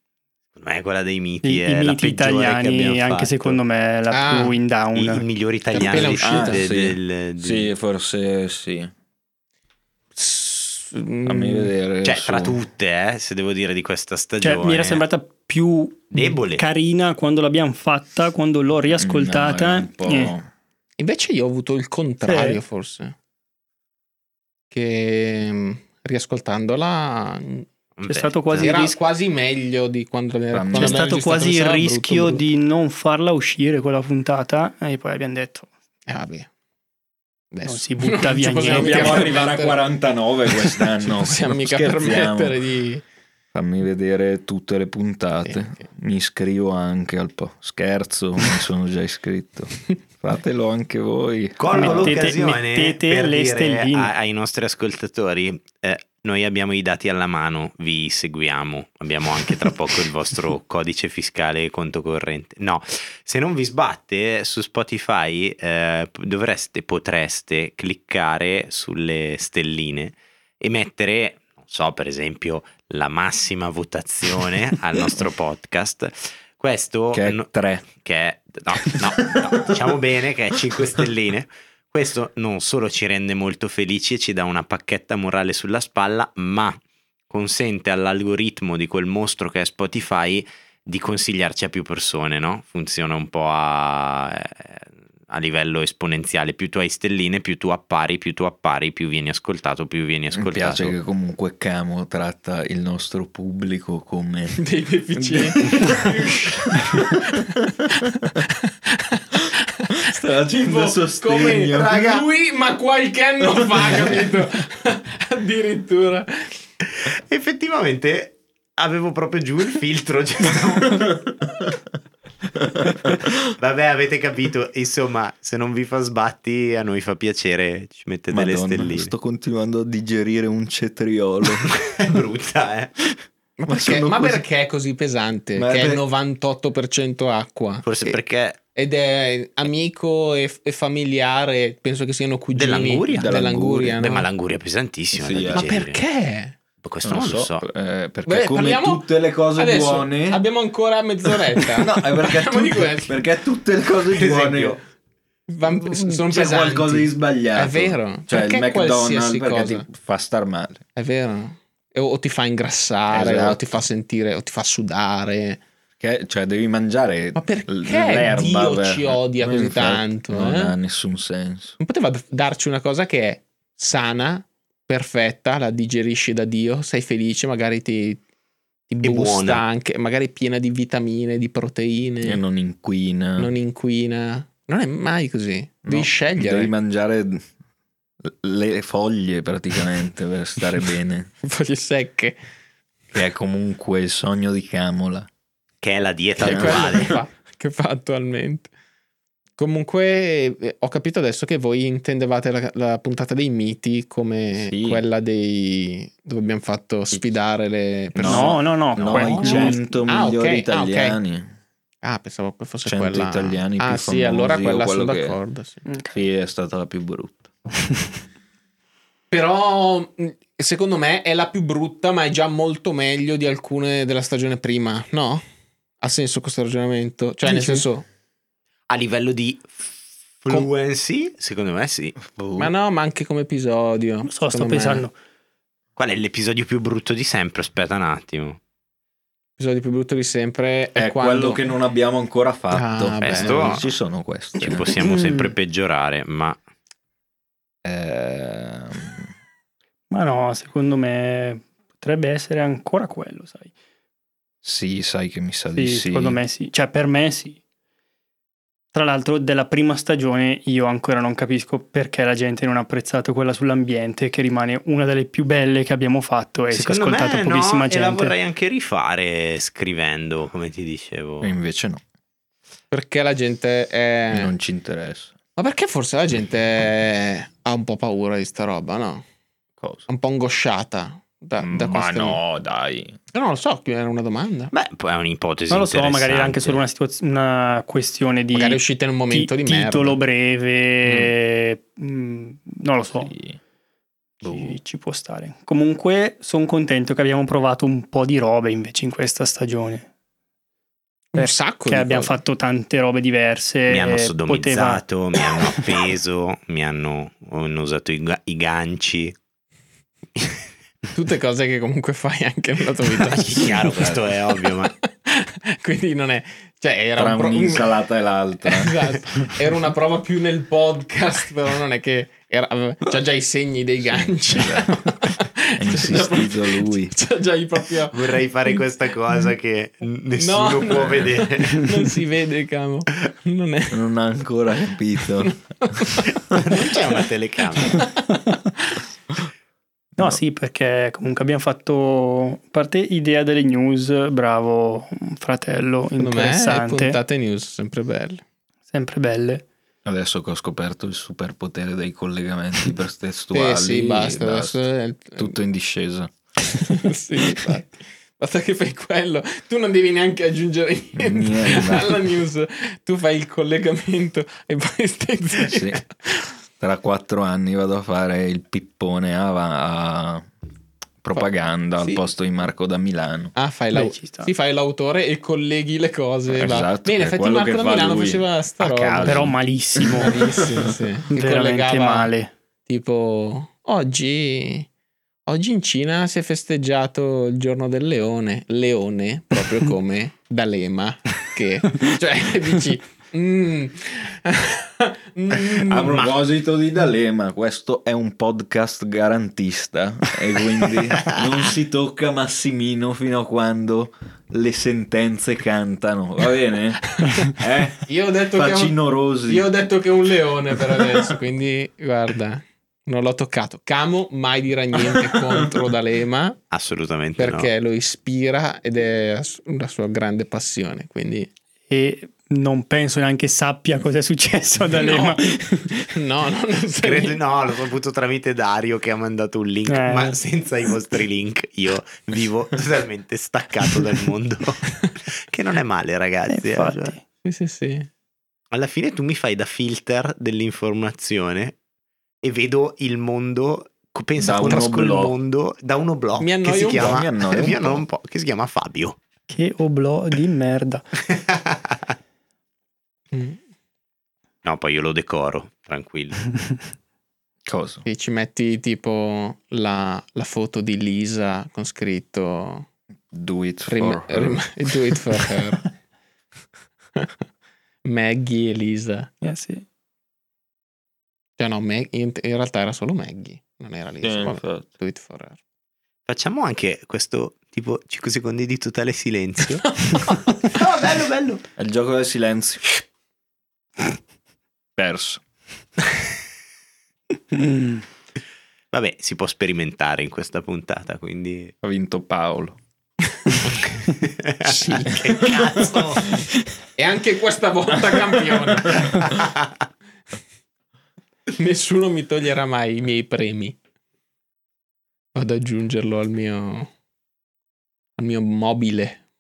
S2: Secondo me, quella dei miti.
S1: I,
S2: è
S1: i
S2: la
S1: miti
S2: peggiore che abbiamo
S1: italiani, anche
S2: fatto.
S1: secondo me, è la
S3: Ah,
S1: più in down. Cioè,
S2: I, i migliori italiani
S3: appena
S2: de-
S3: uscita.
S2: de-
S5: Ah, sì.
S2: del- del-
S4: Sì, forse sì.
S3: Mm.
S4: Fammi
S3: Fammi
S4: vedere.
S2: cioè,
S4: su-
S2: tra tutte, eh, se devo dire di questa
S1: Cioè,
S2: stagione,
S1: mi era cioè, sembrata più
S2: Debole.
S1: carina quando l'abbiamo fatta, quando l'ho
S4: Mm, No,
S1: riascoltata.
S4: è un po'-
S1: Eh,
S3: Invece io ho avuto il contrario,
S1: Sì.
S3: forse. Che mm, riascoltandola
S1: c'è stato quasi il
S3: era
S1: rischio-
S3: quasi meglio di quando l'era
S4: Mamma
S3: quando
S1: c'è
S4: l'abbiamo
S3: l'era
S1: stato
S3: registrata,
S1: quasi
S3: mi
S1: il
S3: sa, brutto,
S1: rischio
S3: brutto.
S1: di non farla uscire quella puntata e poi abbiamo detto
S3: Eh, vabbè. Adesso.
S1: Non si butta
S3: Non ci
S1: via
S3: possiamo
S1: niente.
S3: mica
S5: Dobbiamo arrivare a
S3: permettere-
S5: 49 quest'anno.
S3: Non possiamo mica
S5: Scherziamo.
S3: permettere di...
S4: Fammi vedere tutte le puntate.
S3: Sì, ok.
S4: Mi iscrivo anche al po'. Scherzo, mi sono già iscritto. Fatelo anche voi.
S2: Colgo
S1: Mettete-
S2: l'occasione
S1: mettete
S2: per
S1: le
S2: dire
S1: stelline.
S2: a- ai nostri ascoltatori eh, noi abbiamo i dati alla mano, vi seguiamo, abbiamo anche tra poco il vostro codice fiscale e conto corrente. No, se non vi sbatte su Spotify eh, p- dovreste, potreste cliccare sulle stelline e mettere, non so, per esempio la massima votazione al nostro podcast. Questo
S4: Che
S2: no-
S4: è 3.
S2: che è, no, no, no, diciamo bene che è 5 stelline. Questo non solo ci rende molto felici e ci dà una pacchetta morale sulla spalla, ma consente all'algoritmo di quel mostro che è Spotify di consigliarci a più persone, no? Funziona un po' a, eh, a livello esponenziale, più tu hai stelline, più tu appari, più tu appari, più vieni ascoltato, più vieni
S4: Mi piace
S2: ascoltato.
S4: che comunque Camo tratta il nostro pubblico come
S3: dei deficienti.
S5: Sta
S3: Tipo,
S5: facendo
S3: come
S5: sostegno.
S3: raga, lui ma qualche anno fa capito addirittura
S2: Effettivamente avevo proprio giù il filtro, cioè, stavo- Vabbè, avete capito. Insomma, se non vi fa sbatti, a noi fa piacere. Ci mette delle
S4: Madonna,
S2: stelline.
S4: sto continuando a digerire un cetriolo.
S2: È brutta, eh.
S3: Ma,
S4: Ma
S3: perché,
S4: sono
S3: ma
S4: così-
S3: perché è così pesante?
S4: Ma
S3: che è
S4: per-
S3: 98% acqua.
S2: Forse
S3: E-
S2: perché
S3: Ed è amico e, e familiare, penso che siano cugini
S2: Dell'anguria?
S3: dell'anguria,
S2: Beh,
S3: no?
S2: ma l'anguria è pesantissima.
S4: Sì,
S2: da
S4: eh.
S2: digerire.
S3: Ma perché?
S2: Questo non, lo so.
S4: eh, perché
S3: Beh,
S4: come
S3: parliamo-
S4: tutte le cose
S3: Adesso
S4: buone...
S3: abbiamo ancora mezz'oretta.
S4: No, è perché,
S3: Parliamo di
S4: tutte,
S3: questo.
S4: perché tutte le cose
S2: Per
S4: buone...
S2: esempio,
S3: Van- sono
S4: c'è
S3: pesanti.
S4: qualcosa di sbagliato.
S3: È vero.
S4: Cioè
S3: Perché
S4: il McDonald's
S3: qualsiasi
S4: perché
S3: cosa?
S4: ti fa star male.
S3: È vero. E O, o ti fa ingrassare,
S4: Esatto.
S3: o ti fa sentire, o ti fa sudare.
S4: Che- cioè devi mangiare
S3: Ma perché
S4: l- l'erba,
S3: Dio
S4: beh.
S3: ci odia così
S4: Infatti,
S3: tanto,
S4: Non
S3: eh?
S4: ha nessun senso.
S3: Non poteva d- darci una cosa che è sana, perfetta, la digerisci da Dio, sei felice, magari ti, ti
S2: buona.
S3: boosta anche, magari piena di vitamine, di proteine,
S4: E non inquina.
S3: non inquina. Non è mai così.
S4: No,
S3: Devi scegliere.
S4: Devi mangiare le foglie praticamente per stare bene.
S3: foglie secche.
S4: Che è comunque il sogno di Camola.
S2: Che è la dieta
S4: Che
S3: È quello che
S2: attuale.
S3: fa, che fa attualmente. Comunque, eh, ho capito adesso che voi intendevate la, la puntata dei miti come
S4: Sì.
S3: quella dei dove abbiamo fatto sfidare le persone.
S1: No, no, no.
S4: No,
S1: quello-
S4: i
S2: Mm.
S4: 100
S3: Ah, ok,
S4: migliori
S3: ah, ok.
S4: italiani.
S3: Ah, pensavo che fosse
S4: 100
S3: quella.
S4: italiani più
S3: ah, sì,
S4: famosi
S3: allora
S4: o
S3: quella sono
S4: quello che-
S3: d'accordo. sì.
S4: Sì, è stata la più brutta.
S3: Però mh, secondo me è la più brutta, ma è già molto meglio di alcune della stagione prima, no? Ha senso questo ragionamento? Cioè, nel
S1: Dici?
S3: senso,
S2: A livello di fluency, secondo me sì.
S3: ma no, ma anche come episodio.
S1: Non so, sto
S3: secondo me.
S1: pensando.
S2: Qual è l'episodio più brutto di sempre? Aspetta un attimo.
S3: L'episodio più brutto di sempre è,
S4: È
S3: quando...
S4: quello che non abbiamo ancora fatto.
S3: Ah, beh.
S4: Questo- Ci sono queste.
S1: Mm.
S2: Ci possiamo sempre peggiorare, ma
S4: Ehm,
S1: Ma no, secondo me potrebbe essere ancora quello, sai.
S4: sì, sai che mi sa
S1: Sì,
S4: di sì.
S1: Secondo me sì. Cioè, per me sì. Tra l'altro, della prima stagione io ancora non capisco perché la gente non ha apprezzato quella sull'ambiente, che rimane una delle più belle che abbiamo fatto e si è
S2: secondo
S1: ascoltata
S2: me no,
S1: pochissima
S2: e la
S1: gente.
S2: vorrei anche rifare scrivendo, come ti dicevo.
S4: E Invece no,
S3: Perché la gente è...
S4: non ci interessa.
S3: Ma perché forse la gente è- ha un po' paura di sta roba, no?
S4: Cosa? Mm,
S3: Un po' angosciata da, da
S4: Ma
S3: queste-
S4: no, dai.
S3: Eh, Non lo so, era una domanda.
S2: Beh, poi è un'ipotesi
S1: Non lo so, magari era
S2: interessante.
S1: anche solo una, situaz- una questione di
S3: Magari è uscita in un momento
S1: ti-
S3: di merda.
S1: titolo breve, mm, non lo so.
S4: Sì. Boh.
S3: boh.
S1: Ci, ci può stare. Comunque, sono contento che abbiamo provato un po' di robe invece in questa stagione.
S3: Un
S1: Perché
S3: sacco
S1: Che
S3: di
S1: abbiamo
S3: cose.
S1: fatto tante robe diverse.
S2: Mi hanno
S1: eh, poteva-
S2: sodomizzato, mi hanno appeso, mi hanno, hanno usato i, ga- i ganci.
S3: Tutte cose che comunque fai anche nella tua vita.
S2: Ah, Sì, chiaro, questo è ovvio, ma-
S3: Quindi non è... Cioè, era
S4: Tra
S3: un pro-
S4: un'insalata e l'altra.
S3: Esatto. Era una prova più nel podcast, però non è che era, c'ha già i segni dei ganci.
S4: Ha insistito lui.
S3: C'ha già i proprio
S2: Vorrei fare questa cosa che n- nessuno
S3: No,
S2: può
S3: no.
S2: vedere.
S3: Non si vede, camo. Non è
S4: Non ha ancora capito.
S2: Non c'è una telecamera.
S1: No, sì, perché comunque abbiamo fatto a parte idea delle news. Bravo, fratello,
S3: Secondo me
S1: interessante.
S3: puntate news sempre belle.
S1: Sempre belle.
S4: Adesso che ho scoperto il superpotere dei collegamenti per
S3: Eh
S4: testuali,
S3: sì, basta.
S4: basta.
S3: adesso è il-
S4: tutto in discesa.
S3: Sì, infatti. Basta che fai quello, tu non devi neanche aggiungere niente
S4: Niente.
S3: alla news, tu fai il collegamento e poi stai zitto.
S4: Sì. Tra quattro anni vado a fare il pippone a, a- a propaganda
S3: Sì.
S4: al posto di Marco da Milano.
S3: Ah, fai,
S1: Beh,
S3: l'au-
S1: ci sta.
S3: sì, fai l'autore e colleghi le cose. va.
S4: Esatto,
S3: Bene,
S4: è
S3: infatti
S4: quello
S3: Marco
S4: che
S3: da
S4: fa
S3: Milano
S4: lui.
S3: faceva sta
S4: A
S3: roba.
S4: caso.
S1: Però malissimo.
S3: Malissimo, sì. Che
S1: Veramente
S3: collegava-
S1: male.
S3: Tipo, oggi, oggi in Cina si è festeggiato il giorno del leone. Leone, proprio come D'Alema. Che, cioè, dici... "Mm, mm, ma-
S4: A proposito di D'Alema, questo è un podcast garantista e quindi non si tocca Massimino fino a quando le sentenze cantano, va bene? Eh?
S3: Io ho detto che... è un-
S4: Faccino Rosi.
S3: Io ho detto che è un leone per adesso, quindi guarda, non l'ho toccato. Camo mai dirà niente contro D'Alema
S2: Assolutamente no.
S3: perché lo ispira ed è la su- la sua grande passione, quindi
S1: E non penso neanche sappia cosa è successo ad Alema.
S3: No, no, non so
S2: Credo,
S3: niente.
S2: no, l'ho saputo tramite Dario che ha mandato un link,
S1: Eh.
S2: ma senza i vostri link io vivo totalmente staccato dal mondo, che non è male ragazzi. eh, cioè.
S1: Infatti.
S3: Sì, sì, sì.
S2: alla fine tu mi fai da filter dell'informazione e vedo il mondo, co- pensa
S5: Da
S2: da
S5: uno
S2: conosco il
S5: blog.
S2: mondo da uno blog
S3: Mi
S2: che
S3: annoio
S2: si
S3: un po',
S2: chiama
S5: mi annoio un
S2: mi annoio
S5: po'.
S2: un po', che si chiama Fabio.
S1: Che oblò di merda.
S3: Mm.
S2: no, poi io lo decoro, tranquillo.
S4: Cosa?
S3: E ci metti tipo la, la foto di Lisa con scritto
S4: Do it for
S3: Rim-
S4: her.
S3: rim- Do it for her. Maggie e Lisa.
S1: Eh sì.
S3: Cioè no, Ma- in, in realtà era solo Maggie, non era Lisa.
S5: Eh,
S3: Vabbè,
S5: infatti.
S3: do it for her.
S2: Facciamo anche questo tipo 5 secondi di totale silenzio.
S4: Oh,
S2: no, bello, bello.
S5: È il gioco del silenzio.
S4: Perso.
S1: Mm.
S2: Vabbè, si può sperimentare in questa puntata, quindi...
S4: Ha vinto Paolo.
S3: Sì.
S2: che cazzo!
S3: E anche questa volta campione. Nessuno mi toglierà mai i miei premi. Vado ad aggiungerlo al mio, al mio mobile.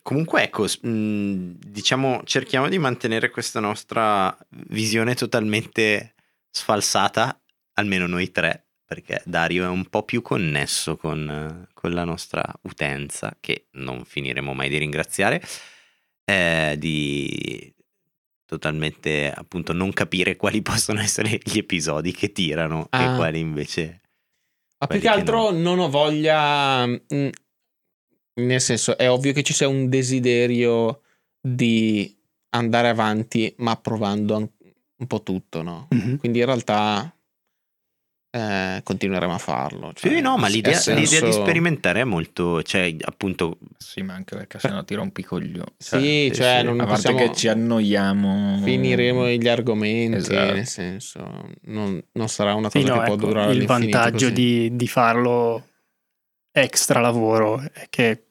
S2: Comunque, ecco, s- mh, diciamo, cerchiamo di mantenere questa nostra visione totalmente sfalsata, almeno noi tre, perché Dario è un po' più connesso con, eh, con la nostra utenza, che non finiremo mai di ringraziare, eh, di totalmente appunto non capire quali possono essere gli episodi che tirano
S3: Ah.
S2: e quali invece...
S3: Ma
S2: Quelli
S3: più
S2: che
S3: che altro non ho voglia. mm, Nel senso, è ovvio che ci sia un desiderio di andare avanti, ma provando an- un po' tutto, no?
S1: Mhm.
S3: Quindi in realtà eh, continueremo a farlo. cioè,
S2: Sì, no, ma
S3: ha
S2: l'idea, l'idea
S3: senso-
S2: di sperimentare è molto, cioè appunto
S4: Sì, ma anche perché sennò ti rompi i coglioni.
S3: Sì, cioè, non
S4: a parte
S3: possiamo...
S4: che ci annoiamo.
S3: Finiremo gli argomenti,
S4: Esatto.
S3: nel senso, non, non sarà una
S1: Sì,
S3: cosa
S1: no,
S3: che può
S1: ecco,
S3: durare
S1: il
S3: all'infinito
S1: vantaggio
S3: così.
S1: di, di farlo extra lavoro è che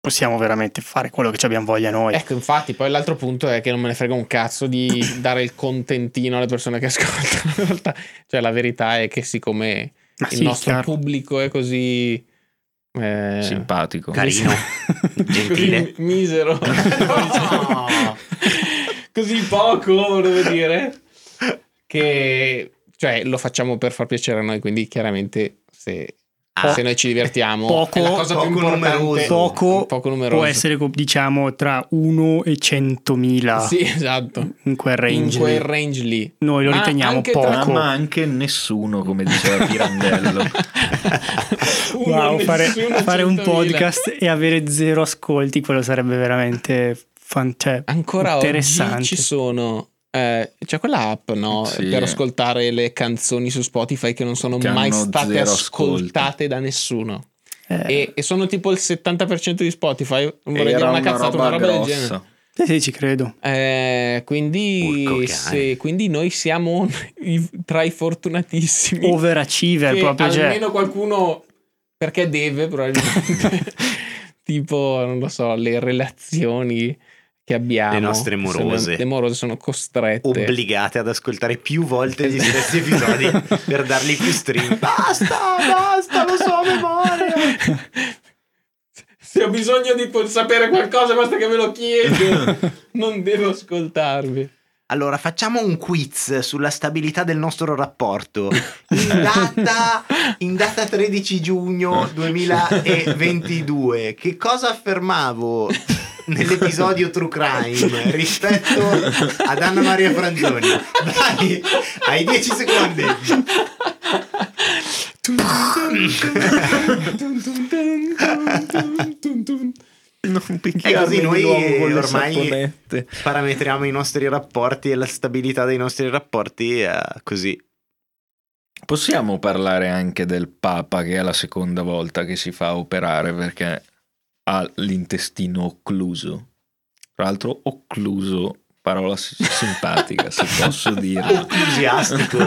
S1: possiamo veramente fare quello che ci abbiamo voglia noi.
S3: Ecco, infatti, poi l'altro punto è che non me ne frega un cazzo di dare il contentino alle persone che ascoltano. In realtà, cioè, la verità è che siccome
S1: Ma Ah,
S3: il
S1: sì, certo.
S3: nostro
S1: chiaro.
S3: pubblico è così... eh,
S4: Simpatico.
S2: carino, gentile.
S3: Così misero.
S2: No!
S3: così poco, volevo dire. Che cioè, lo facciamo per far piacere a noi, quindi chiaramente se,
S2: Ah.
S3: se noi ci divertiamo
S1: Poco-
S3: è la cosa più
S2: poco
S3: importante.
S2: numeroso.
S1: Poco
S3: poco numeroso.
S1: Può essere, co- diciamo, tra 1 e 100.000
S3: Sì, esatto.
S1: in quel range.
S3: In quel
S1: lì.
S3: range lì.
S1: Noi lo
S3: Ma
S1: riteniamo
S3: anche
S1: poco.
S5: Ah, ma anche nessuno, come diceva Pirandello.
S3: Uno,
S1: Wow, fare,
S3: nessuno,
S1: fare un
S3: 100.000.
S1: podcast e avere zero ascolti, quello sarebbe veramente fan- cioè,
S3: Ancora oggi
S1: interessante.
S3: ci sono. eh, c'è quella app no?
S4: Sì.
S3: per ascoltare le canzoni su Spotify che non sono
S5: Che
S3: mai
S5: hanno
S3: state
S5: zero
S3: ascoltate da nessuno.
S1: Eh,
S3: E, e sono tipo il 70% di Spotify. Non vorrei dire
S5: Era
S3: una
S5: una
S3: cazzata,
S5: roba
S3: una roba del genere.
S5: grossa.
S1: sì, sì, ci credo.
S3: Eh,
S2: Porco
S3: quindi,
S2: cane.
S3: se- quindi noi siamo i- tra i fortunatissimi.
S1: Overachiever
S3: che
S1: proprio. cioè-
S3: almeno qualcuno perché deve, probabilmente. tipo, non lo so, le relazioni che abbiamo.
S2: Le nostre
S3: se
S2: morose.
S3: Le, le morose sono costrette.
S2: Obbligate ad ascoltare più volte gli stessi episodi per dargli più stream. Basta, basta, lo so a memoria.
S3: Se ho bisogno di po- sapere qualcosa, basta che me lo chiedo. non devo ascoltarvi.
S2: Allora, facciamo un quiz sulla stabilità del nostro rapporto. In data, in data 13 giugno 2022, che cosa affermavo nell'episodio True Crime rispetto ad Anna Maria Frangioni? Dai, hai 10 secondi.
S5: Non
S2: picchiarmi noi di nuovo con le ormai-
S5: saponette.
S2: Parametriamo i nostri rapporti e la stabilità dei nostri rapporti eh, così.
S4: Possiamo parlare anche del Papa che è la seconda volta che si fa operare perché ha l'intestino occluso. Tra l'altro occluso, parola s- simpatica se posso dire.
S2: Entusiastico.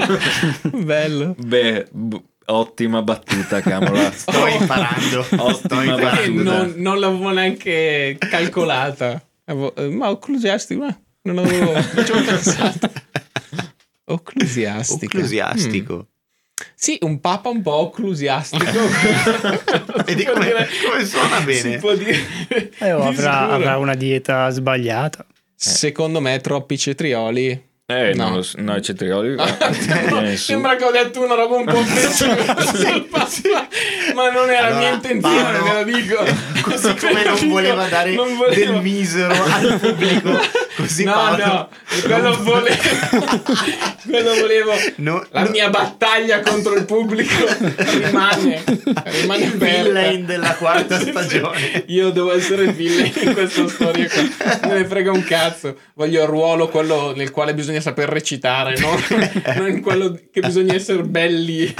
S3: Bello.
S5: Beh, b- ottima battuta, Camola.
S2: Sto imparando. Sto
S5: Ottima
S3: Eh,
S2: imparando.
S5: battuta.
S3: non, non l'avevo neanche calcolata. Avevo- eh, ma occlusiastico, eh, non avevo non ci avevo pensato. Occlusiastico.
S2: Occlusiastico.
S3: Mm. Sì, un papa un po' occlusiastico.
S2: Vedi
S3: Si può
S2: come,
S3: dire-
S2: come suona
S3: Si
S2: bene.
S3: può dire.
S1: Eh, oh,
S3: di
S1: avrà,
S3: sicuro.
S1: avrà una dieta sbagliata.
S3: Eh. Secondo me troppi cetrioli.
S4: Eh,
S3: No.
S4: no, no, no i cetrioli.
S3: No, Eh, sembra che ho detto una roba un po' offensiva sul Papa, ma non era
S2: Allora,
S3: mia intenzione,
S2: Paolo-
S3: ve lo dico.
S2: Così come
S3: Ve lo
S2: non
S3: dico,
S2: voleva dare
S3: non volevo.
S2: del misero al pubblico. Così
S3: no,
S2: Paolo-
S3: no, quello volevo. quello volevo.
S2: No,
S3: La
S2: no.
S3: mia battaglia contro il pubblico rimane. Rimane
S2: il
S3: aperta.
S2: villain della quarta
S3: Sì, sì.
S2: stagione.
S3: Io devo essere il villain in questa storia qua. Me ne frega un cazzo. Voglio il ruolo quello nel quale bisogna saper recitare, no? non in quello che bisogna essere belli.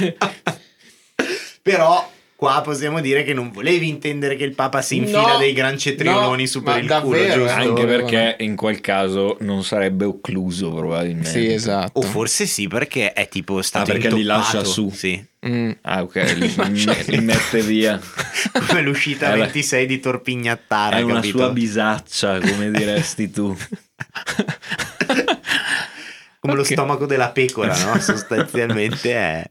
S2: Però qua possiamo dire che non volevi intendere che il Papa si infila
S3: No,
S2: dei gran cetrioloni
S3: no,
S2: su
S3: ma
S2: per il
S3: davvero,
S2: culo, giusto?
S4: Anche
S3: no.
S4: perché in quel caso non sarebbe occluso probabilmente.
S3: esatto.
S2: O forse sì, perché è tipo stato
S4: Ah, perché li
S2: intoppato.
S4: lascia su.
S2: Sì.
S3: Mm.
S4: Ah, ok, li,
S3: certo.
S4: li mette via.
S2: Come l'uscita
S4: Eh, beh.
S2: 26 di Torpignattara,
S5: È una
S2: capito?
S5: sua bisaccia, come diresti tu.
S2: Come lo
S3: Ok.
S2: stomaco della pecora, no? Sostanzialmente è...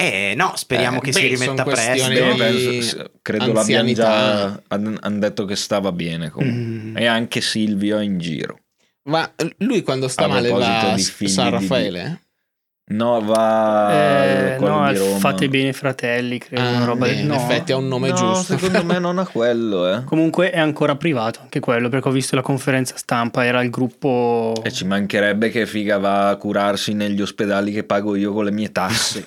S2: Eh, no, speriamo che
S3: Eh, beh,
S2: si
S3: son
S2: rimetta presto.
S3: questioni
S4: Beh,
S3: di-
S4: penso- s- credo l'abbiano
S3: anzianità.
S4: già. Hanno detto che stava bene comunque. Eh,
S1: Mm.
S4: E anche Silvio è in giro.
S3: Ma lui quando sta
S4: A
S3: male va
S4: proposito
S3: a
S4: di
S3: S-
S4: figli
S3: San
S4: di-
S3: Raffaele?
S4: No, va.
S1: Eh,
S4: quello
S1: no,
S4: di Roma.
S1: fate bene fratelli, credo.
S3: Ah,
S1: una roba
S3: beh,
S1: del-
S3: in
S1: no.
S3: effetti ha un nome
S4: no,
S3: giusto.
S4: Secondo me non ha quello, eh.
S1: Comunque è ancora privato anche quello, perché ho visto la conferenza stampa, era il gruppo...
S4: E Eh, ci mancherebbe che figa va a curarsi negli ospedali che pago io con le mie tasse.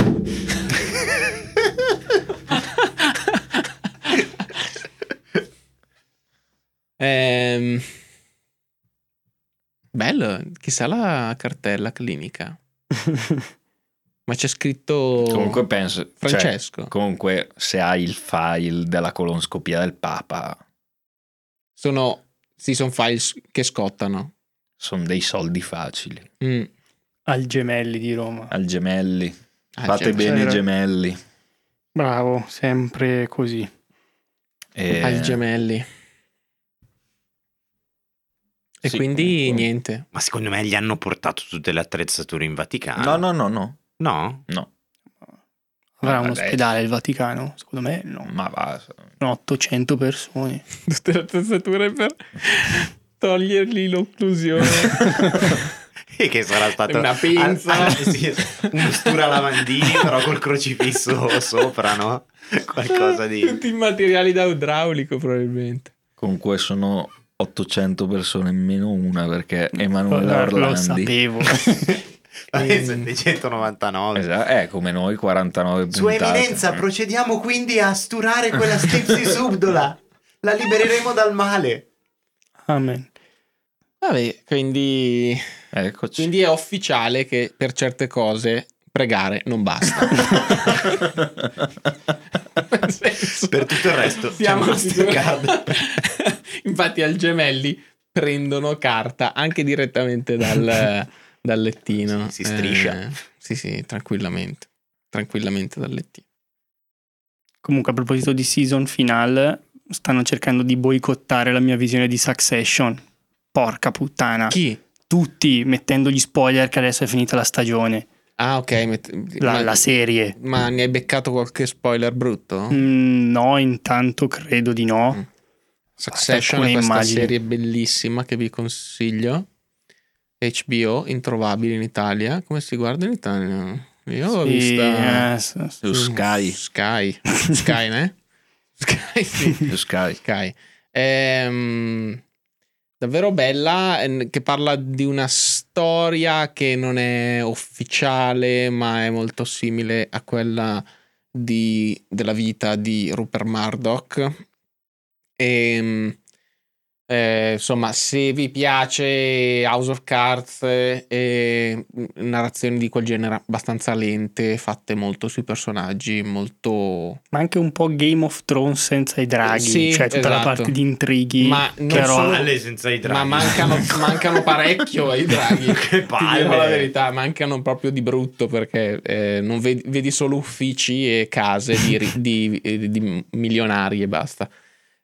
S3: Ehm, Bello, chissà la cartella clinica. Ma c'è scritto
S4: Comunque penso. cioè,
S3: Francesco.
S4: comunque, se hai il file della colonscopia del Papa,
S3: sono, sì, sono files che scottano.
S4: sono dei soldi facili.
S3: Mm.
S1: al Gemelli di Roma.
S4: Al gemelli.
S3: Ah,
S4: Fate
S3: cioè,
S4: bene i
S1: c'era-
S4: gemelli.
S1: Bravo, sempre così.
S4: E...
S3: Ai gemelli. E
S4: Sì,
S3: quindi
S4: comunque.
S3: niente.
S2: Ma secondo me gli hanno portato tutte le attrezzature in Vaticano.
S4: ah, No, no, no, no.
S2: No?
S4: no.
S1: Avrà
S4: Ah,
S1: un
S4: vabbè.
S1: ospedale il Vaticano? Secondo me no.
S4: Ma va.
S1: Sono 800 persone.
S3: Tutte le attrezzature per togliergli l'occlusione.
S2: E che sarà stata
S3: Una pinza.
S2: Al- al- sì, uno stura lavandini, però col crocifisso sopra, no? Qualcosa di...
S3: Eh, Tutti i materiali da idraulico, probabilmente.
S4: Comunque sono 800 persone meno una perché Emanuele
S1: Lo, lo
S4: Orlandi.
S1: sapevo.
S2: Eh, 799.
S4: Esatto, eh. è come noi 49
S2: Sua
S4: puntate.
S2: Eminenza, procediamo quindi a sturare quella stipsi subdola. La libereremo dal male.
S1: Amen.
S3: Vabbè, quindi,
S4: Eccoci.
S3: quindi è ufficiale che per certe cose pregare non basta. Nel senso,
S2: Per tutto il resto, cioè,
S3: siamo
S2: c'è
S3: sicuri-
S2: Mastercard.
S3: Infatti al gemelli prendono carta anche direttamente dal, dal lettino.
S2: Si- si striscia.
S3: Eh, sì, sì, tranquillamente. Tranquillamente dal lettino.
S1: Comunque, a proposito di season finale, stanno cercando di boicottare la mia visione di Succession. Porca puttana.
S3: Chi?
S1: Tutti mettendo gli spoiler che adesso è finita la stagione,
S3: Ah, ok. met-
S1: la,
S3: ma-
S1: la serie.
S3: Ma ne hai beccato qualche spoiler brutto?
S1: Mm, no, intanto credo di no.
S3: Mm. Succession è
S1: Alcune
S3: questa
S1: immagini.
S3: serie bellissima che vi consiglio. HBO, introvabile in Italia. Come si guarda in Italia? Io l'ho
S1: Sì,
S3: vista
S1: eh, s- s-
S4: Su Sky.
S3: Sky. Sky, ne? Sky, sì.
S4: Su Sky.
S3: Sky. Ehm, davvero bella, eh, che parla di una storia che non è ufficiale, ma è molto simile a quella di- della vita di Rupert Murdoch. Ehm, eh, insomma, se vi piace House of Cards eh, e narrazioni di quel genere abbastanza lente, fatte molto sui personaggi, molto
S1: ma anche un po' Game of Thrones senza i draghi,
S3: Sì,
S1: cioè tutta la
S3: esatto.
S1: parte di intrighi.
S3: Ma non
S1: che
S3: solo-
S1: roba.
S2: Palle senza i draghi.
S3: Ma mancano, mancano parecchio ai draghi.
S2: che
S3: Ti dirò la
S2: palle.
S3: verità, mancano proprio di brutto perché eh, non vedi, vedi solo uffici e case di, ri- di- eh, di milionari e basta.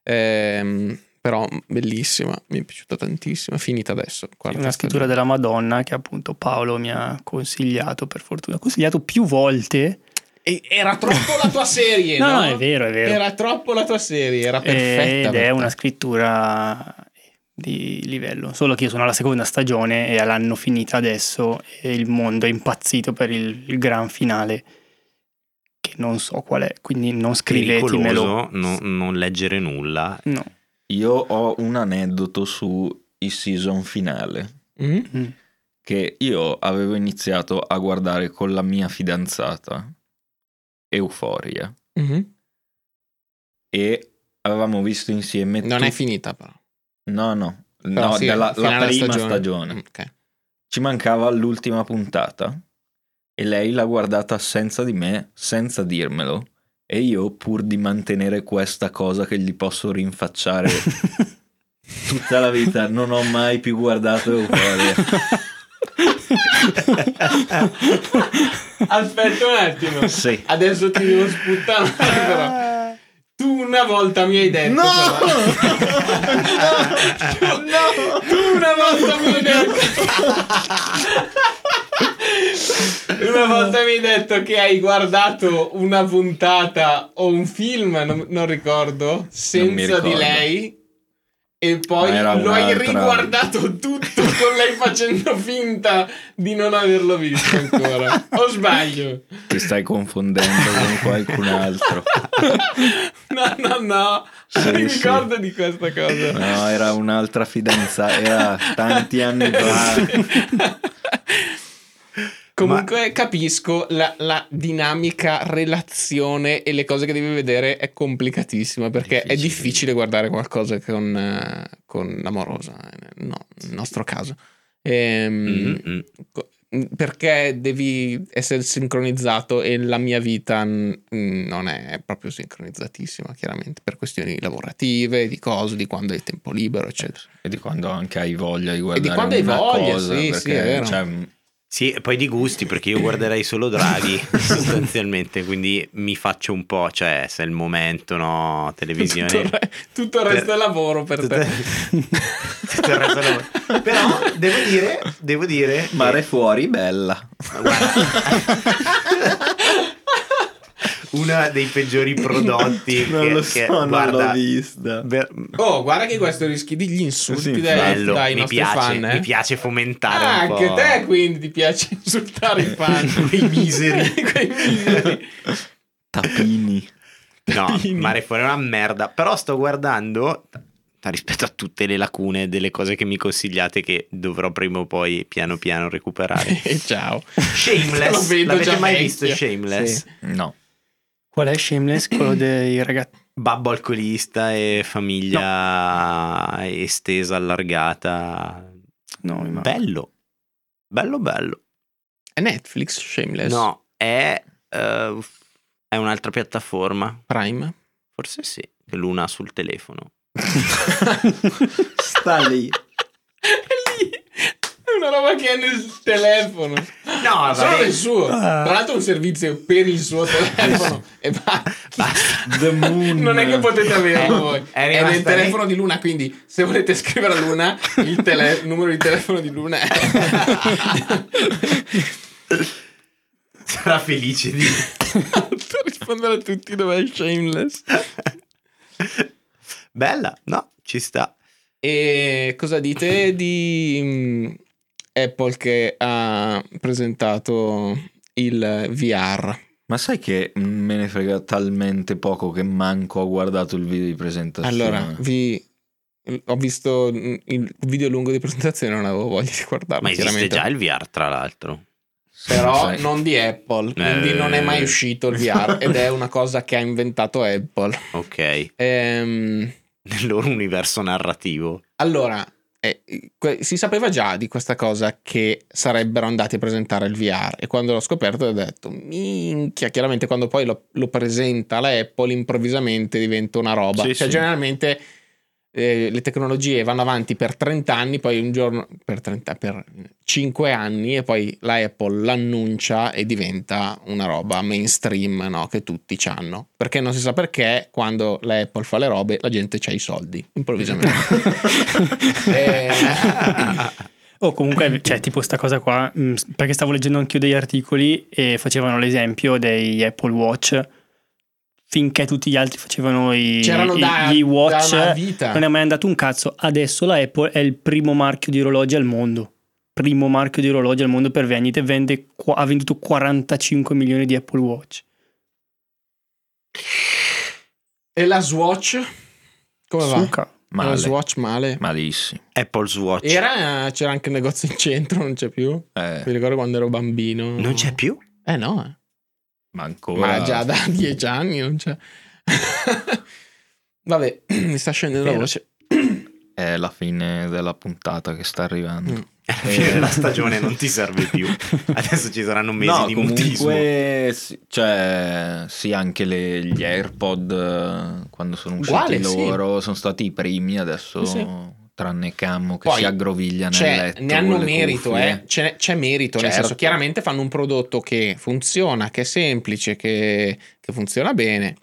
S3: Ehm, però bellissima, mi è piaciuta tantissimo, è finita adesso. quarta
S1: una scrittura
S3: stagione.
S1: della Madonna che appunto Paolo mi ha consigliato per fortuna, consigliato più volte.
S3: E- Era troppo la tua serie,
S1: No,
S3: Eh, no?
S1: no, è vero, è vero.
S3: Era troppo la tua serie, era Ah, perfetta.
S1: Ed
S3: per
S1: è
S3: te.
S1: una scrittura di livello, solo che io sono alla seconda stagione e l'hanno finita adesso e il mondo è impazzito per il, il gran finale che non so qual è, quindi non scrivetimelo.
S2: Pericoloso no- non leggere nulla.
S1: No.
S4: Io ho un aneddoto su il season finale.
S3: Mm?
S1: Mm.
S4: che io avevo iniziato a guardare con la mia fidanzata Euforia
S3: Mhm.
S4: e avevamo visto insieme
S3: Non è
S4: tut-
S3: finita però.
S4: No, no,
S3: Però
S4: no,
S3: sì,
S4: dalla-
S3: fino
S4: la
S3: alla
S4: prima stagione.
S3: Mm, ok.
S4: Ci mancava l'ultima puntata e lei l'ha guardata senza di me, senza dirmelo e io pur di mantenere questa cosa che gli posso rinfacciare tutta la vita non ho mai più guardato Euforia.
S3: Aspetta un attimo.
S4: Sì.
S3: Adesso ti devo sputtare però. Tu una volta mi hai detto però. Tu- Tu una volta mi hai detto Una volta mi hai detto che hai guardato una puntata o un film, non, non ricordo, senza
S4: Non mi ricordo.
S3: di lei e poi
S4: Ma era
S3: lo hai
S4: un'altra.
S3: riguardato tutto con lei facendo finta di non averlo visto ancora. O sbaglio?
S4: Ti stai confondendo con qualcun altro.
S3: No, no, no.
S4: Sì,
S3: Mi
S4: sì.
S3: ricordo di questa cosa.
S4: No, era un'altra fidanzata, era tanti anni fa.
S3: Comunque capisco la, la dinamica relazione e le cose che devi vedere è complicatissima perché è
S2: Difficile.
S3: difficile guardare qualcosa con, eh, con l'amorosa, eh, no, nel nostro caso.
S4: Mm-hmm.
S3: Ehm,
S2: Mm-mm.
S3: co- mm, Perché devi essere sincronizzato e la mia vita mm, non è proprio sincronizzatissima, chiaramente, per questioni lavorative, di cose, di quando hai tempo libero, eccetera.
S2: Eh,
S4: E di quando anche hai voglia di guardare
S3: quando hai
S4: una
S3: voglia,
S4: cosa,
S3: sì,
S4: perché,
S3: sì, è vero.
S4: cioè,
S2: Sì, e poi di gusti, perché io guarderei solo Draghi sostanzialmente, quindi mi faccio un po', cioè se è il momento, no, televisione.
S3: Tutto il, re- tutto il resto
S2: Per-
S3: è lavoro per
S2: tutto-
S3: te.
S2: tutto il resto del lavoro. Però devo dire, devo dire...
S4: mare
S2: che-
S4: fuori, bella.
S2: guarda, Una dei peggiori prodotti
S4: non
S2: che,
S4: lo so,
S2: che-
S4: non
S2: guarda,
S4: l'ho vista.
S2: ver-
S3: Oh, guarda che questo rischi degli insulti
S4: Sì,
S3: dai,
S2: bello,
S3: dai
S2: mi
S3: nostri
S2: piace,
S3: fan. eh.
S2: mi piace fomentare
S3: Ah,
S2: un po'.
S3: anche te quindi ti piace insultare i fan.
S2: Quei miseri.
S3: Quei miseri.
S4: Tapini.
S2: No,
S3: Quindi-
S2: Mare Fuori è una merda. Però sto guardando t- rispetto a tutte le lacune delle cose che mi consigliate che dovrò prima o poi piano piano recuperare.
S3: E ciao. Lo
S2: Shameless.
S3: vedo
S2: L'avete
S3: già
S2: mai
S3: vecchio.
S2: visto Shameless?
S3: Sì.
S4: No.
S1: Qual è Shameless? Quello dei ragazzi.
S2: Babbo alcolista e famiglia estesa, allargata.
S1: No, mi manca.
S2: Bello. Bello bello.
S3: È Netflix Shameless
S2: No, è, eh, è un'altra piattaforma.
S3: Prime.
S2: Forse sì. che L'una ha sul telefono.
S4: Sta lì.
S3: È lì. È una roba che è nel telefono.
S2: No,
S3: Solo
S2: vabbè.
S3: nel suo.
S1: Ah.
S3: Tra l'altro è un servizio per il suo telefono. e basta.
S4: The Moon.
S3: Non è che potete averlo
S2: Eh,
S3: voi.
S2: è
S3: È,
S2: rimasta
S3: nel
S2: lì.
S3: telefono di Luna, quindi se volete scrivere a Luna, il, tele- il numero di telefono di Luna è...
S2: Sarà felice di...
S3: per rispondere a tutti dove è shameless.
S2: Bella, no, ci sta.
S3: E cosa dite di mm, Apple che ha presentato il VR?
S4: Ma sai che me ne frega talmente poco che manco ho guardato il video di presentazione.
S3: Allora, vi... Ho visto mm, il video lungo di presentazione, non avevo voglia di guardarlo.
S2: Ma esiste
S3: chiaramente.
S2: già il VR, tra l'altro.
S3: Però
S4: Sai-
S3: non di Apple, quindi
S2: Eh.
S3: non è mai uscito il VR ed è una cosa che ha inventato Apple.
S2: Ok,
S3: Ehm,
S2: nel loro universo narrativo.
S3: allora, eh, que- si sapeva già di questa cosa che sarebbero andati a presentare il VR e quando l'ho scoperto ho detto minchia, chiaramente quando poi lo, lo presenta la Apple improvvisamente diventa una roba.
S2: Sì,
S3: cioè
S2: sì.
S3: generalmente eh, le tecnologie vanno avanti per 30 anni, poi un giorno, per, 30, per 5 anni e poi la Apple l'annuncia e diventa una roba mainstream no? che tutti hanno. Perché non si sa perché quando la Apple fa le robe la gente c'ha i soldi, improvvisamente. Eh,
S1: O comunque, cioè, tipo sta cosa qua, mh, perché stavo leggendo anch'io degli articoli e facevano l'esempio dei Apple Watch, finché tutti gli altri facevano i,
S3: C'erano
S1: i-
S3: da,
S1: gli
S3: da una
S1: Watch,
S3: vita.
S1: non è mai andato un cazzo. Adesso la Apple è il primo marchio di orologi al mondo. Primo marchio di orologi al mondo per vendite, vende qua- ha venduto 45 milioni di Apple Watch.
S3: E la Swatch? Come va?
S1: Suca.
S3: La
S4: Male.
S3: Swatch male.
S4: Malissimo.
S2: Apple's Watch.
S3: Era, c'era anche un negozio in centro, non c'è più. Mi
S4: Eh,
S3: ricordo quando ero bambino.
S2: Non c'è più?
S3: Eh no, eh.
S4: ma ancora.
S3: ma già da dieci anni non c'è. Vabbè, mi sta scendendo la
S4: Vero.
S3: voce.
S4: È la fine della puntata che sta arrivando.
S3: Mm.
S2: Alla fine della stagione non ti serve più. Adesso ci saranno mesi
S4: no,
S2: di mutismo.
S4: comunque, sì, cioè, sì, anche le- gli AirPod eh, quando sono usciti
S3: Uguale, sì.
S4: loro sono stati i primi adesso,
S3: Sì, sì.
S4: tranne Cammo che
S3: Poi,
S4: si aggroviglia nel
S3: Cioè,
S4: letto.
S3: ne hanno
S4: con le
S3: merito,
S4: cuffie.
S3: eh. C'è, c'è merito, nel
S4: Certo.
S3: senso, chiaramente fanno un prodotto che funziona, che è semplice, che, che funziona bene,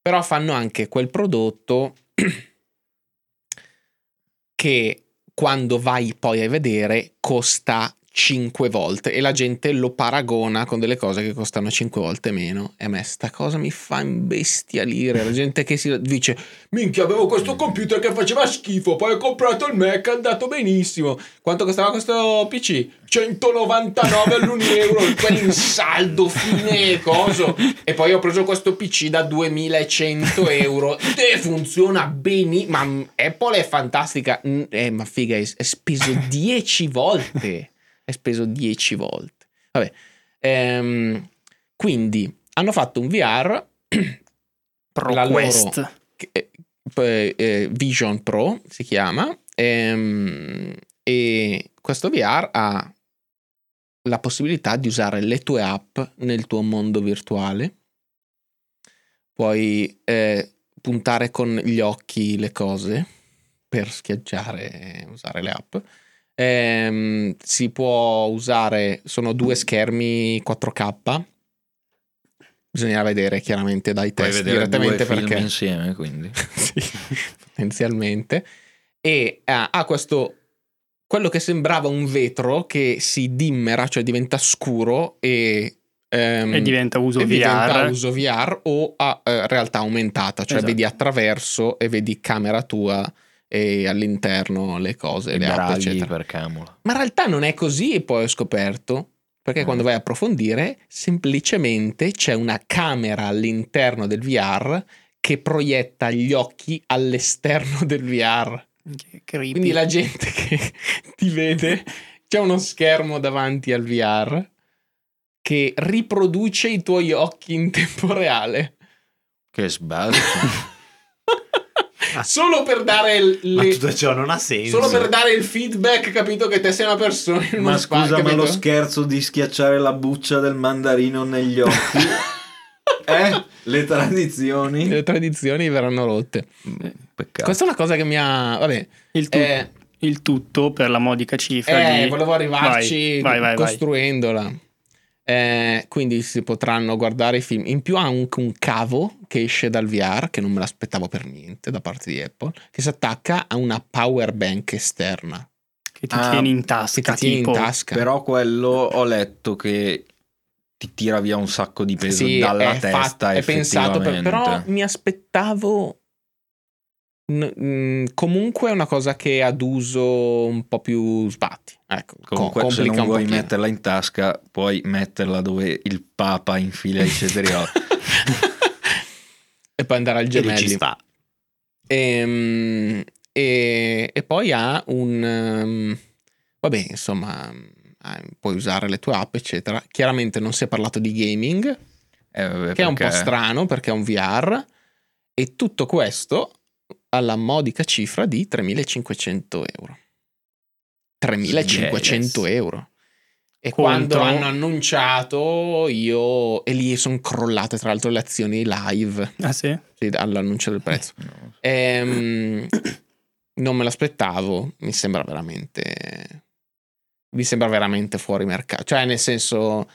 S3: però fanno anche quel prodotto che quando vai poi a vedere costa 5 volte e la gente lo paragona con delle cose che costano 5 volte meno. E a me sta cosa mi fa imbestialire. La gente che si dice Minchia, avevo questo computer che faceva schifo, poi ho comprato il Mac, è andato benissimo. Quanto costava questo PC? 199 all'un euro, quello in saldo fine coso. E poi ho preso questo PC da 2100 euro. Te funziona bene, ma Apple è fantastica. Mm, Eh, ma figa, hai hai speso 10 volte. Hai speso 10 volte. Vabbè. Ehm, quindi hanno fatto un VR
S1: Pro
S3: La loro-
S1: Quest.
S3: che- eh, eh, Vision Pro si chiama ehm, e questo VR ha la possibilità di usare le tue app nel tuo mondo virtuale puoi eh, puntare con gli occhi le cose per schiacciare e usare le app Ehm, si può usare sono due schermi 4K bisognerà vedere chiaramente dai
S4: Puoi
S3: test
S4: vedere due
S3: direttamente
S4: film
S3: perché
S4: insieme, quindi.
S3: sì, potenzialmente. E eh, ha questo. Quello che sembrava un vetro che si dimmera, cioè diventa scuro e. ehm,
S1: E diventa uso
S3: e diventa
S1: VR.
S3: uso VR o a eh, realtà aumentata, cioè
S1: Esatto.
S3: vedi attraverso e vedi camera tua e all'interno le cose, le app,
S4: Bragli
S3: eccetera.
S4: per Camula.
S3: Ma in realtà non è così, e poi ho scoperto. Perché
S4: Mm.
S3: quando vai a approfondire, semplicemente c'è una camera all'interno del VR che proietta gli occhi all'esterno del VR.
S1: Che creepy.
S3: Quindi la gente che ti vede, c'è uno schermo davanti al VR che riproduce i tuoi occhi in tempo reale.
S4: Che sbaglio.
S3: Solo per dare il-
S2: Ma
S3: le-
S2: tutto ciò non ha senso.
S3: Solo per dare il feedback, capito che te sei una persona in uno
S5: Ma
S3: spazio,
S5: scusa, ma
S3: capito?
S5: lo scherzo di schiacciare la buccia del mandarino negli occhi? eh? Le tradizioni?
S3: Le tradizioni verranno rotte.
S4: Eh, Peccato.
S3: Questa è una cosa che mi ha. Vabbè,
S1: il, tu-
S3: eh,
S1: il tutto per la modica cifra
S3: eh,
S1: di...
S3: volevo arrivarci
S1: Vai, vai, vai, vai.
S3: costruendola. Eh, quindi si potranno guardare i film. In più ha anche un cavo che esce dal VR, che non me l'aspettavo per niente da parte di Apple, che si attacca a una power bank esterna.
S1: che ti
S4: Ah,
S1: tieni in
S3: Si
S1: tasca.
S3: tiene in
S1: tipo.
S3: tasca.
S4: Però quello ho letto che ti tira via un sacco di peso
S3: Sì,
S4: dalla
S3: è
S4: testa.
S3: fatto- è pensato per, però mi aspettavo n- mm, comunque è una cosa che ad uso un po' più sbatti ecco co-
S4: Comunque, se
S3: complica
S4: non
S3: un
S4: vuoi
S3: pochino.
S4: metterla in tasca, puoi metterla dove il Papa infila i cetrioli.
S3: e poi andare al
S2: Che ci
S3: gemelli
S2: sta.
S3: Ehm, e, e poi ha un ehm, vabbè insomma ah, puoi usare le tue app eccetera chiaramente non si è parlato di gaming
S4: Eh, vabbè,
S3: che è un po'
S4: perché-
S3: strano perché è un VR e tutto questo alla modica cifra di 3500 euro 3500 euro e
S1: Contro-
S3: quando hanno annunciato io e lì sono crollate tra l'altro le azioni live
S1: Ah sì?
S3: sì, all'annuncio del prezzo
S4: No.
S3: Ehm, non me l'aspettavo, mi sembra veramente. Mi sembra veramente fuori mercato. Cioè, nel senso.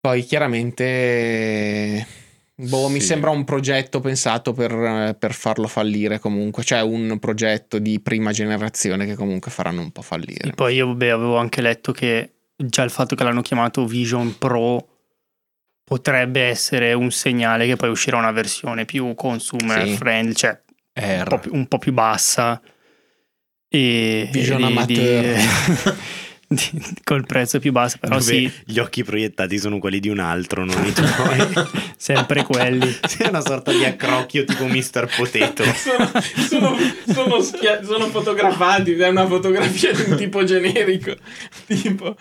S3: Poi chiaramente. Boh, mi
S4: Sì.
S3: sembra un progetto pensato per, per farlo fallire comunque. Cioè, un progetto di prima generazione che comunque faranno un po' fallire.
S1: E poi io vabbè, avevo anche letto che già il fatto che l'hanno chiamato Vision Pro potrebbe essere un segnale che poi uscirà una versione più consumer
S3: Sì.
S1: friendly, cioè un po,
S4: R.
S1: più, un po' più bassa. E,
S3: Vision
S1: e
S3: amateur.
S1: di- col prezzo più basso, però
S2: Dove
S1: sì,
S2: Gli occhi proiettati sono quelli di un altro, non i tuoi.
S1: sempre quelli.
S2: Sì, è una sorta di accrocchio tipo Mr. Potato.
S3: sono, sono, sono, schia- sono fotografati, è una fotografia di un tipo generico. Tipo,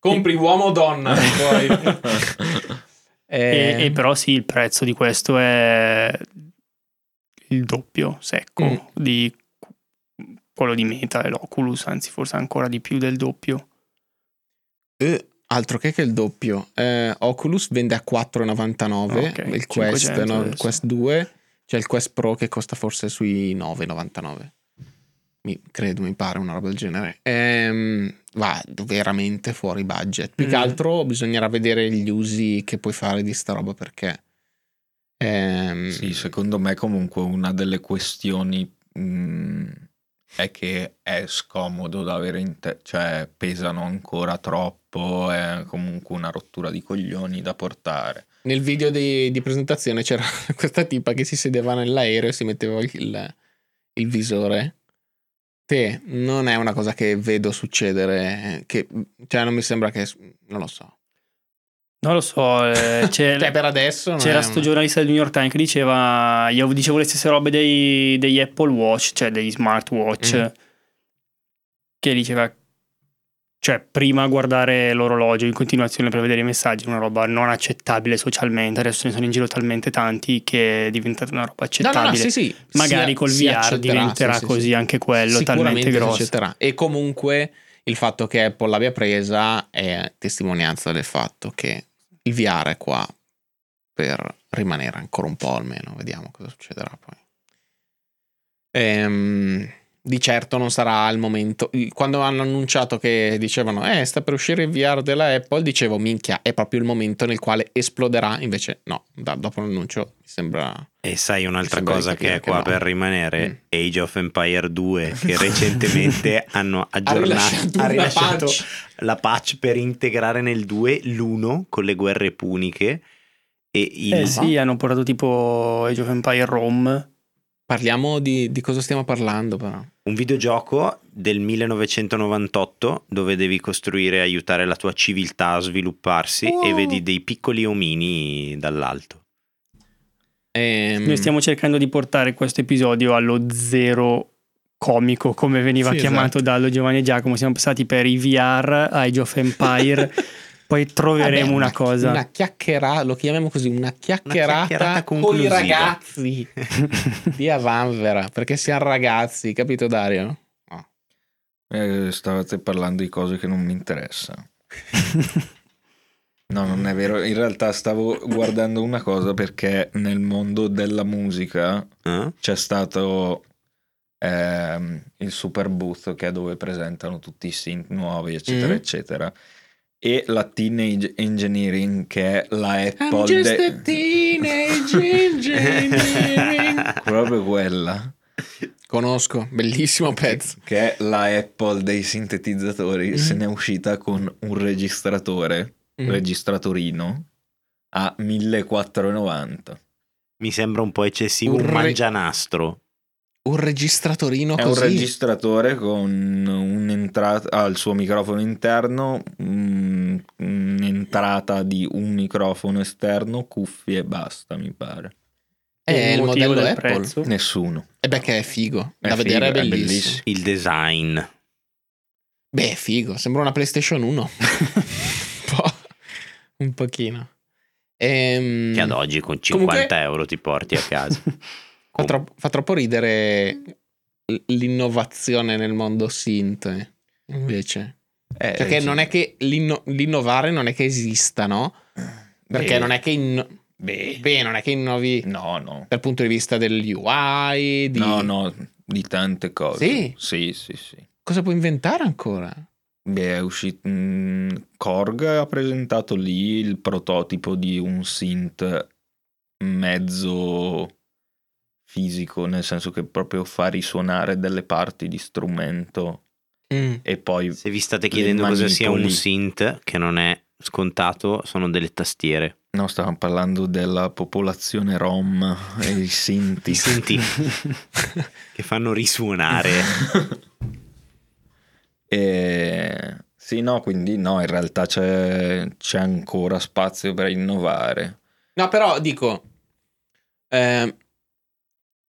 S3: compri uomo o donna. Poi. Eh.
S1: E, e però sì, il prezzo di questo è il doppio secco
S3: Mm.
S1: di cu- quello di Meta e l'Oculus, anzi forse ancora di più del doppio.
S3: Eh, altro che che il doppio. Eh, Oculus vende a 4,99,
S1: Ok,
S3: il, Quest,
S1: 500
S3: no, il
S1: adesso.
S3: Quest 2, cioè il Quest Pro che costa forse sui 9,99. Mi, credo, mi pare una roba del genere. Ehm, va veramente fuori budget. Più che
S1: Mm.
S3: altro bisognerà vedere gli usi che puoi fare di sta roba perché... ehm,
S4: Sì, secondo me comunque una delle questioni mh, è che è scomodo da avere in te, cioè pesano ancora troppo, è comunque una rottura di coglioni da portare.
S3: Nel video di, di presentazione c'era questa tipa che si sedeva nell'aereo e si metteva il, il visore. Che non è una cosa che vedo succedere, che, cioè non mi sembra che... non lo so.
S1: Non lo so, eh, c'è-
S3: Cioè per adesso... non
S1: c'era
S3: è
S1: sto
S3: una-
S1: giornalista del New York Times che diceva, io dicevo le stesse robe dei, degli Apple Watch, cioè degli smartwatch,
S3: Mm.
S1: che diceva, cioè prima guardare l'orologio in continuazione per vedere i messaggi, una roba non accettabile socialmente, adesso ne sono in giro talmente tanti che è diventata una roba
S3: No,
S1: accettabile.
S3: no, no, sì, sì.
S1: Magari
S3: si-
S1: col
S3: si
S1: VR
S3: accetterà,
S1: diventerà
S3: sì, sì,
S1: così
S3: sì.
S1: anche quello, talmente
S3: Sicuramente si
S1: grosso.
S3: accetterà. E comunque il fatto che Apple l'abbia presa è testimonianza del fatto che il VR è qua per rimanere ancora un po' almeno. Vediamo cosa succederà poi. Ehm, di certo non sarà il momento. Quando hanno annunciato che dicevano eh, sta per uscire il VR della Apple, dicevo minchia, è proprio il momento nel quale esploderà. Invece no, da- dopo l'annuncio mi sembra...
S2: E sai un'altra
S3: Sembra di
S2: cosa che
S3: capire
S2: è
S3: che
S2: qua
S3: no. Mm.
S2: per rimanere? Age of Empire 2 che recentemente hanno aggiornato,
S3: rilasciato
S2: ha
S3: una
S2: rilasciato
S3: patch.
S2: la patch per integrare nel 2 l'1 con le guerre puniche e il...
S1: Eh sì, hanno portato tipo Age of Empire Rome.
S3: Parliamo di, di cosa stiamo parlando però.
S2: un videogioco del 1998 dove devi costruire e aiutare la tua civiltà a svilupparsi e
S3: Wow.
S2: vedi dei piccoli omini dall'alto.
S3: Ehm,
S4: Mm.
S1: Noi stiamo cercando di portare questo episodio allo zero comico, come veniva
S3: Sì,
S1: chiamato
S3: esatto.
S1: dallo Giovanni e Giacomo. Siamo passati per i VR, Age of Empire, poi troveremo
S3: Vabbè,
S1: una cosa.
S3: Una chiacchierata, lo chiamiamo così, una chiacchierata,
S2: Una chiacchierata
S3: con i
S2: conclusiva.
S3: ragazzi di Avanvera, perché siamo ragazzi, capito Dario?
S4: Eh, stavate parlando di cose che non mi interessano. No,
S3: Mm.
S4: non è vero. In realtà stavo guardando una cosa perché nel mondo della musica
S2: Eh?
S4: c'è stato ehm, il Super Booth che è dove presentano tutti i synth nuovi, eccetera,
S3: Mm.
S4: eccetera. E la Teenage Engineering che è la
S3: I'm
S4: Apple
S3: just
S4: de-
S3: a teenage engineering.
S4: proprio quella
S3: Conosco, bellissimo pezzo.
S4: che è la Apple dei sintetizzatori
S3: Mm.
S4: se n'è uscita con un registratore,
S3: Mm.
S4: registratorino a 1490.
S2: Mi sembra un po' eccessivo
S3: Un
S2: un
S3: re-
S2: mangianastro.
S3: Un registratorino
S4: È un
S3: così.
S4: registratore con un'entrata al suo microfono interno, mm, un'entrata di un microfono esterno, cuffie e basta, mi pare.
S3: è il
S1: motivo
S3: modello
S1: del
S3: Apple.
S1: prezzo.
S4: Nessuno.
S3: E beh che è figo,
S4: È
S3: da vedere è
S4: figo, è
S3: bellissimo.
S4: bellissimo.
S2: Il design.
S3: Beh, è figo, sembra una PlayStation 1. un, po', un pochino. Ehm,
S2: che ad oggi con 50
S3: Comunque-
S2: euro ti porti a casa.
S3: Fa, tro- fa troppo ridere l- l'innovazione nel mondo synth. eh, Invece,
S4: Eh,
S3: perché
S4: sì.
S3: non è che l'inno- l'innovare non è che esista, no? Perché
S4: Beh,
S3: non è che inno-
S4: beh,
S3: beh, non è che innovi
S4: No, no.
S3: dal punto di vista dell'UI, di
S4: No, no. di tante cose.
S3: Sì?
S4: Sì, sì, sì.
S3: Cosa puoi inventare ancora?
S4: Beh, è uscito. mm, Korg ha presentato lì il prototipo di un synth mezzo fisico, nel senso che proprio fa risuonare delle parti di strumento e poi
S2: Se vi state chiedendo cosa sia un
S4: manipoli.
S2: synth, che non è scontato, sono delle tastiere.
S4: No, stavamo parlando della popolazione rom e i sinti.
S2: I sinti. che fanno risuonare.
S4: E- Sì, no, quindi no, in realtà c'è, c'è ancora spazio per innovare.
S3: No, però dico, ehm,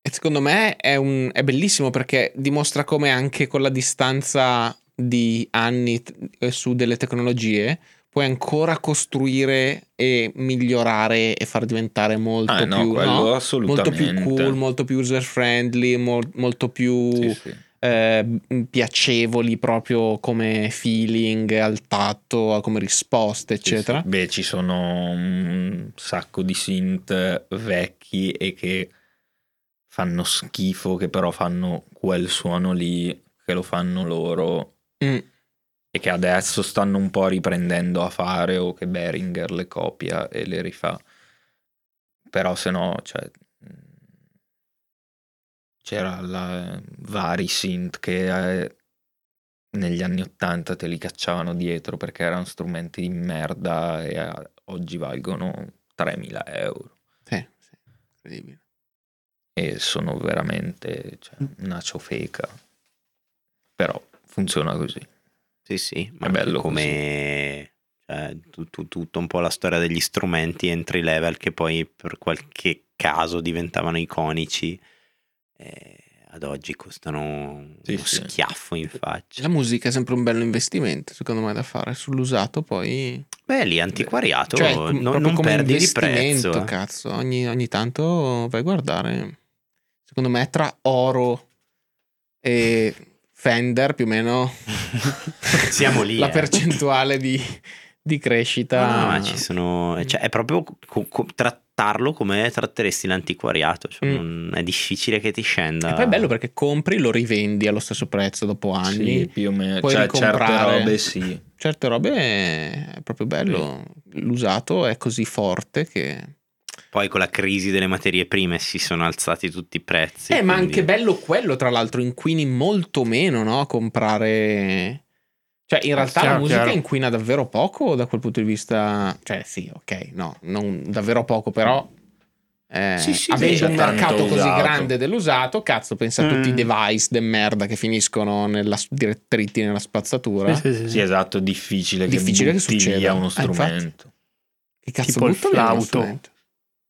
S3: secondo me è, un- è bellissimo perché dimostra come anche con la distanza di anni t- eh, su delle tecnologie puoi ancora costruire e migliorare e far diventare molto
S4: Ah, no,
S3: più
S4: quello
S3: no? molto
S4: assolutamente.
S3: più cool, molto più user friendly, molto più
S4: Sì, sì.
S3: eh, m- piacevoli proprio come feeling al tatto, a- come risposte,
S4: Sì,
S3: eccetera.
S4: sì. Beh, ci sono un sacco di synth vecchi e che fanno schifo, che però fanno quel suono lì, che lo fanno loro
S3: Mm.
S4: e che adesso stanno un po' riprendendo a fare o che Beringer le copia e le rifà. Però se no, cioè, mh, c'era la, eh, vari synth che eh, negli anni 80 te li cacciavano dietro perché erano strumenti di merda e eh, oggi valgono 3.000 euro
S3: Sì, sì. Incredibile.
S4: e sono veramente cioè,
S3: Mm.
S4: una ciofeca. Però funziona così.
S2: sì, sì, ma
S4: È bello
S2: come cioè, tu- tu- tutta un po' la storia degli strumenti entry level che poi per qualche caso diventavano iconici. eh, ad oggi costano
S4: Sì,
S2: uno
S4: sì.
S2: schiaffo in faccia.
S3: Cioè, La musica è sempre un bello investimento, secondo me, da fare sull'usato poi...
S2: Beh, lì antiquariato
S3: cioè,
S2: no-
S3: com- proprio
S2: non
S3: come
S2: perdi di
S3: investimento,
S2: prezzo. eh.
S3: cazzo. Ogni, ogni tanto vai a guardare. Secondo me tra oro e Fender più o meno
S2: Siamo lì,
S3: la
S2: eh.
S3: percentuale di, di crescita.
S2: No, no, ma ci sono, cioè, è proprio co- co- trattarlo come tratteresti l'antiquariato. cioè,
S3: Mm.
S2: non- è difficile che ti scenda.
S3: E poi è bello perché compri, lo rivendi allo stesso prezzo dopo anni.
S4: Sì, più o meno.
S3: puoi
S4: Cioè, certe
S3: ricomprare.
S4: robe sì.
S3: Certe robe è proprio bello. L'usato è così forte che...
S2: Poi con la crisi delle materie prime si sono alzati tutti i prezzi.
S3: eh, ma
S2: quindi-
S3: anche bello quello, tra l'altro, inquini molto meno, no? A comprare... Cioè, in realtà la
S1: Chiaro,
S3: musica
S1: chiaro.
S3: inquina davvero poco da quel punto di vista... Cioè, sì, ok, no, non davvero poco, però... eh,
S4: Sì, sì,
S3: avendo
S4: sì,
S3: un
S4: tanto
S3: mercato così
S4: usato.
S3: grande dell'usato, cazzo, pensa a
S1: Mm.
S3: tutti i device de merda che finiscono nella direttamente nella spazzatura.
S1: Sì, sì, sì,
S4: Sì,
S1: sì.
S4: esatto, è difficile,
S3: Difficile che
S4: che butti
S3: succeda.
S4: via
S3: Eh,
S4: uno
S3: infatti.
S4: strumento.
S3: Che cazzo
S1: Tipo il
S3: butto lì nello
S1: flauto.
S3: strumento?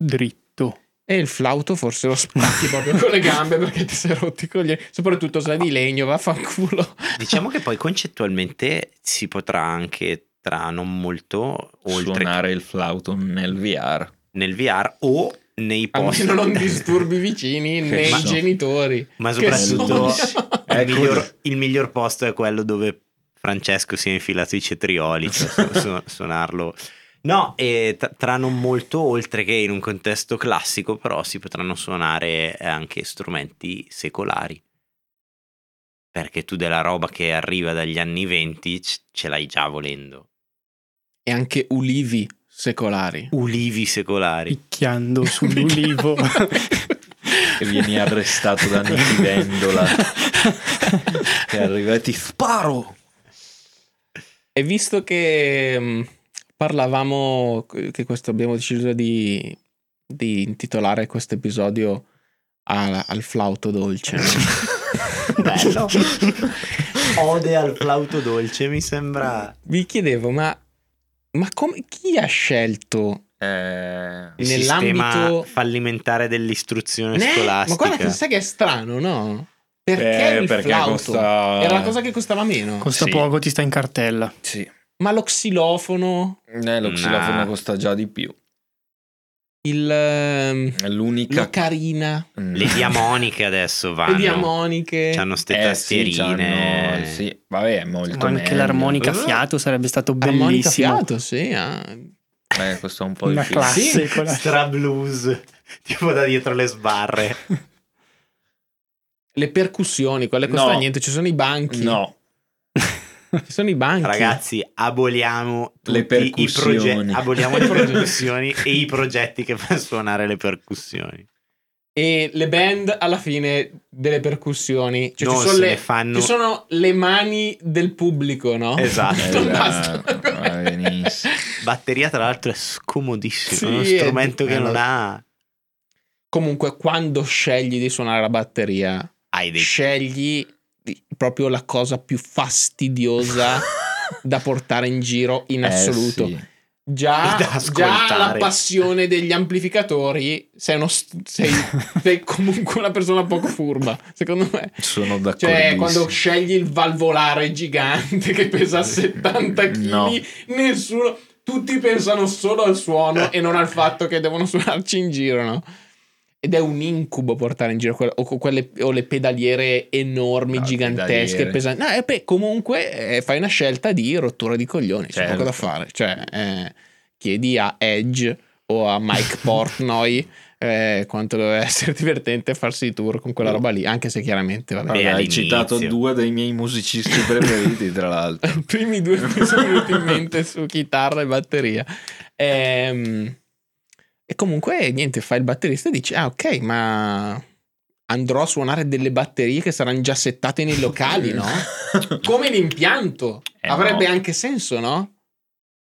S1: Dritto.
S3: E il flauto forse lo spacchi proprio con le gambe perché ti sei rotti con gli... Soprattutto se è di legno, vaffanculo.
S2: Diciamo che poi concettualmente si potrà anche tra non molto, oltre
S4: Suonare il flauto nel VR.
S2: nel VR o nei posti.
S3: Almeno non disturbi i vicini né
S4: Ma-
S3: i genitori.
S2: Ma
S3: Che
S2: soprattutto
S3: sono-
S2: il,
S4: Ecco.
S2: miglior, il miglior posto è quello dove Francesco si è infilato i cetrioli, cioè su- su- suonarlo. No, e tra, tra non molto oltre che in un contesto classico, però si potranno suonare eh, anche strumenti secolari. Perché tu della roba che arriva dagli anni 20 c- ce l'hai già volendo.
S3: E anche ulivi secolari.
S2: Ulivi secolari.
S1: Picchiando sull'ulivo.
S4: E vieni arrestato da Nicky Vendola. e arriva e ti sparo!
S3: E visto che mh, parlavamo, che questo abbiamo deciso di, di intitolare questo episodio a- al flauto dolce.
S2: Bello. Ode al flauto dolce, mi sembra.
S3: Vi chiedevo, ma, ma come, chi ha scelto
S4: Eh,
S2: Il
S3: Nell'ambito-
S2: sistema fallimentare dell'istruzione
S3: Né?
S2: scolastica.
S3: Ma guarda che sai che è strano, no? Perché
S4: eh,
S3: il
S4: perché
S3: flauto?
S4: costa...
S3: Era la cosa che costava meno.
S1: Costa
S4: Sì.
S1: poco, ti sta in cartella.
S4: Sì.
S3: Ma lo xilofono,
S4: Eh, lo xilofono
S2: Nah.
S4: costa già di più.
S3: il ehm,
S4: È l'unica...
S3: l'ocarina,
S4: Mm.
S2: Le diamoniche adesso vanno.
S3: le diamoniche.
S2: C'hanno ste
S4: Eh, sì,
S2: tastierine.
S4: c'hanno- sì, vabbè, è molto
S1: Ma anche
S4: meglio.
S1: l'armonica fiato sarebbe stato
S3: Armonica
S1: bellissimo.
S3: fiato, sì. ah.
S4: Eh, costa un po' di
S1: Una
S4: più.
S1: classe. quella-
S2: Stra blues. Tipo da dietro le sbarre.
S3: le percussioni, quelle costano
S4: No.
S3: niente, ci sono i banchi.
S4: No,
S3: Ci sono i banchi.
S2: Ragazzi, aboliamo
S5: Le
S2: tutti i
S5: percussioni.
S2: progetti, aboliamo le
S3: Le progetti.
S2: percussioni e i progetti che fanno suonare le percussioni.
S3: Cioè, E le band alla fine delle percussioni. Cioè,
S2: non
S3: ci sono
S2: se
S3: le,
S2: ne fanno
S3: ci sono le mani del pubblico, no?
S2: Esatto.
S3: Non
S5: Eh,
S3: basta.
S5: va benissimo.
S2: batteria tra l'altro è scomodissimo,
S3: Sì,
S2: è uno
S3: è-
S2: strumento
S3: eh,
S2: che non
S3: lo-
S2: ha
S3: Comunque, quando scegli di suonare la batteria,
S2: hai dei
S3: scegli di- proprio la cosa più fastidiosa da portare in giro in
S5: Eh,
S3: assoluto.
S5: sì.
S2: Da
S3: Già,
S2: ascoltare.
S3: già la passione degli amplificatori, sei, uno st- sei- sei comunque una persona poco furba, secondo me.
S5: Sono d'accordo.
S3: Cioè, quando scegli il valvolare gigante che pesa 70 kg,
S5: No.
S3: nessuno. Tutti pensano solo al suono e non al fatto che devono suonarci in giro, no? Ed è un incubo portare in giro quelle, o, quelle, o le pedaliere enormi,
S4: No,
S3: gigantesche,
S4: pedaliere.
S3: pesanti. No, e beh, comunque eh, fai una scelta di rottura di coglioni, c'è
S4: Certo.
S3: poco da fare. Cioè, eh, chiedi a Edge o a Mike Portnoy eh, quanto deve essere divertente farsi i tour con quella roba lì, anche se chiaramente, vabbè,
S2: Beh,
S5: hai
S2: all'inizio.
S5: citato due dei miei musicisti preferiti, tra l'altro.
S3: i primi due che mi sono venuti in mente su chitarra e batteria. Ehm, e comunque, niente, fai il batterista e dici: Ah, ok, ma andrò a suonare delle batterie che saranno già settate nei locali, no? Come l'impianto
S4: Eh,
S3: avrebbe
S4: no.
S3: anche senso, no?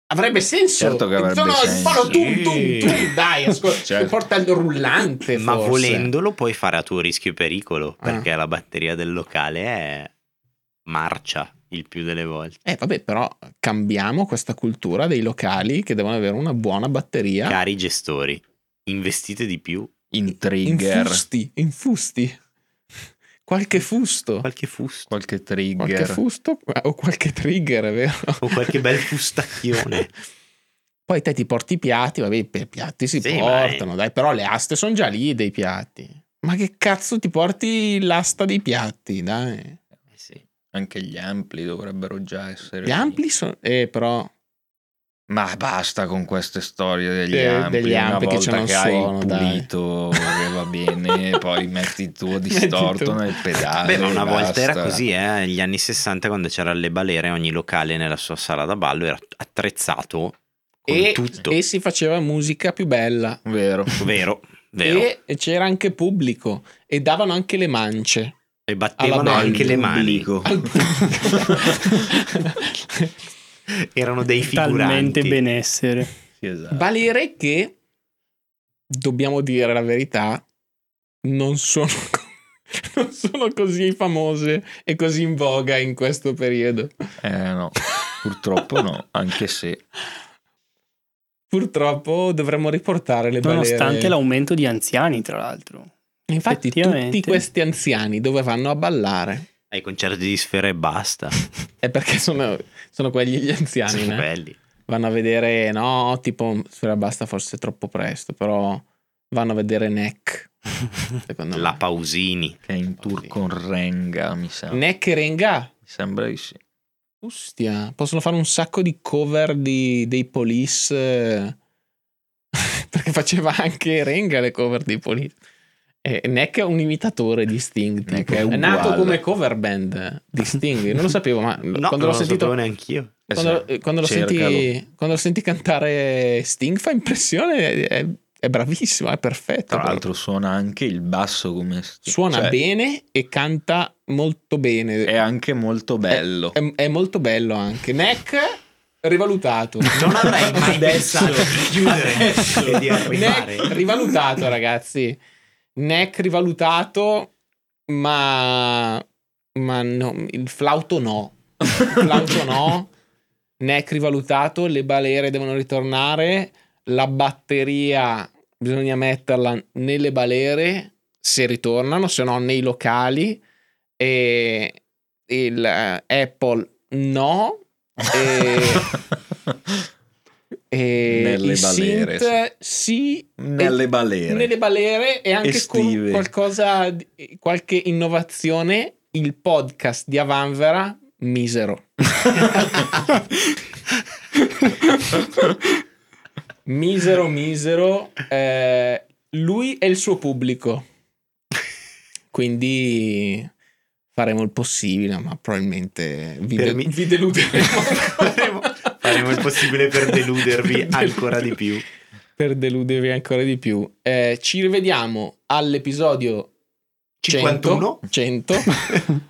S3: Avrebbe senso.
S5: Certo che avrebbe
S3: no, no,
S5: senso.
S3: fallo tu, tu, tu,
S2: Sì.
S3: dai, ascolta,
S4: Certo.
S3: porta il rullante.
S2: Ma
S3: forse.
S2: volendolo puoi fare a tuo rischio e pericolo,
S3: Ah.
S2: perché la batteria del locale è marcia il più delle volte.
S3: Eh, vabbè, però cambiamo questa cultura dei locali che devono avere una buona batteria.
S2: Cari gestori, investite di più
S5: In trigger.
S3: Infusti, infusti. Qualche fusto.
S2: qualche fusto
S4: qualche
S3: Qualche
S4: trigger.
S3: fusto o qualche trigger, è vero?
S2: o qualche bel fustacchione.
S3: Poi te ti porti i piatti, vabbè, i piatti si
S2: Sì,
S3: portano, dai, però le aste sono già lì dei piatti. Ma che cazzo ti porti l'asta dei piatti, dai?
S4: Anche gli ampli dovrebbero già essere.
S3: Gli ampli sono... Eh, però...
S4: Ma basta con queste storie degli
S3: Eh,
S4: ampli.
S3: degli
S4: Una
S3: ampli che
S4: volta
S3: c'è un
S4: che hai
S3: suono, dai.
S4: pulito, che va bene, poi metti il tuo
S3: Metti
S4: distorto
S3: tu.
S4: nel pedale.
S2: Beh, ma una volta era
S4: basta.
S2: così, eh, negli anni 60 quando c'era le balere, ogni locale nella sua sala da ballo era attrezzato con
S3: E,
S2: tutto.
S3: e si faceva musica più bella.
S4: Vero.
S2: Vero, vero. E,
S3: E c'era anche pubblico. E davano anche le mance.
S2: battevano
S3: alla band,
S2: anche le mani.
S5: Pubblico.
S3: Al pubblico.
S2: Erano dei
S1: Talmente
S2: figuranti.
S1: benessere.
S4: Sì, esatto.
S3: Valere che, dobbiamo dire la verità, non sono, non sono così famose e così in voga in questo periodo.
S4: Eh, no. Purtroppo no, anche se.
S3: Purtroppo dovremmo riportare le balere.
S1: Nonostante l'aumento di anziani, tra l'altro.
S3: Infatti
S1: Effettivamente.
S3: tutti questi anziani dove vanno a ballare?
S2: Ai concerti di sfera e basta.
S3: È perché sono, sono quelli gli anziani,
S2: Sono
S3: no?
S2: belli.
S3: vanno a vedere, no, tipo, Sfera Basta forse è troppo presto, però vanno a vedere Neck, secondo
S2: La
S3: me.
S2: Pausini.
S4: Che è in tour con Renga, mi sa. Mi
S3: Neck e Renga.
S4: sembra di sì.
S3: Ostia, possono fare un sacco di cover di- dei Police. eh, Perché faceva anche Renga le cover dei Police. E Neck è un imitatore di Sting.
S4: Neck
S3: tipo.
S4: è
S3: È,
S4: uguale.
S3: nato come cover band di Sting. Io Non lo sapevo, ma
S2: No, non
S3: quando l'ho
S2: lo
S3: sentito.
S2: sapevo neanche io.
S4: Esatto.
S3: Quando, eh, quando lo senti, quando lo senti cantare Sting fa impressione. È, è bravissimo, è perfetto.
S4: Tra l'altro suona anche il basso come
S3: Suona
S4: cioè,
S3: bene e canta molto bene.
S4: È anche
S3: Eh,
S4: molto bello.
S3: È, è molto bello anche. Neck rivalutato.
S2: Non avrei mai pensato di chiudere e di arrivare.
S3: Neck rivalutato, ragazzi. Neck rivalutato, ma, ma no, il flauto no. Il flauto no. Neck rivalutato, le balere devono ritornare, la batteria bisogna metterla nelle balere se ritornano, se no nei locali. E il eh, Apple no. E- e
S4: Nelle
S3: i
S4: balere,
S3: synth sì
S4: Nelle balere.
S3: nelle balere e anche con
S4: Estive.
S3: qualcosa, di- qualche innovazione, il podcast di Avanvera, misero. misero, misero, eh, lui e il suo pubblico. Quindi faremo il possibile, ma probabilmente vi,
S2: Per
S3: de-
S2: mi-
S3: vi deluderemo.
S2: Faremo- faremo il possibile per deludervi ancora di più.
S3: Per deludervi ancora di più. Eh, ci rivediamo all'episodio
S2: 51.
S3: 100. 100.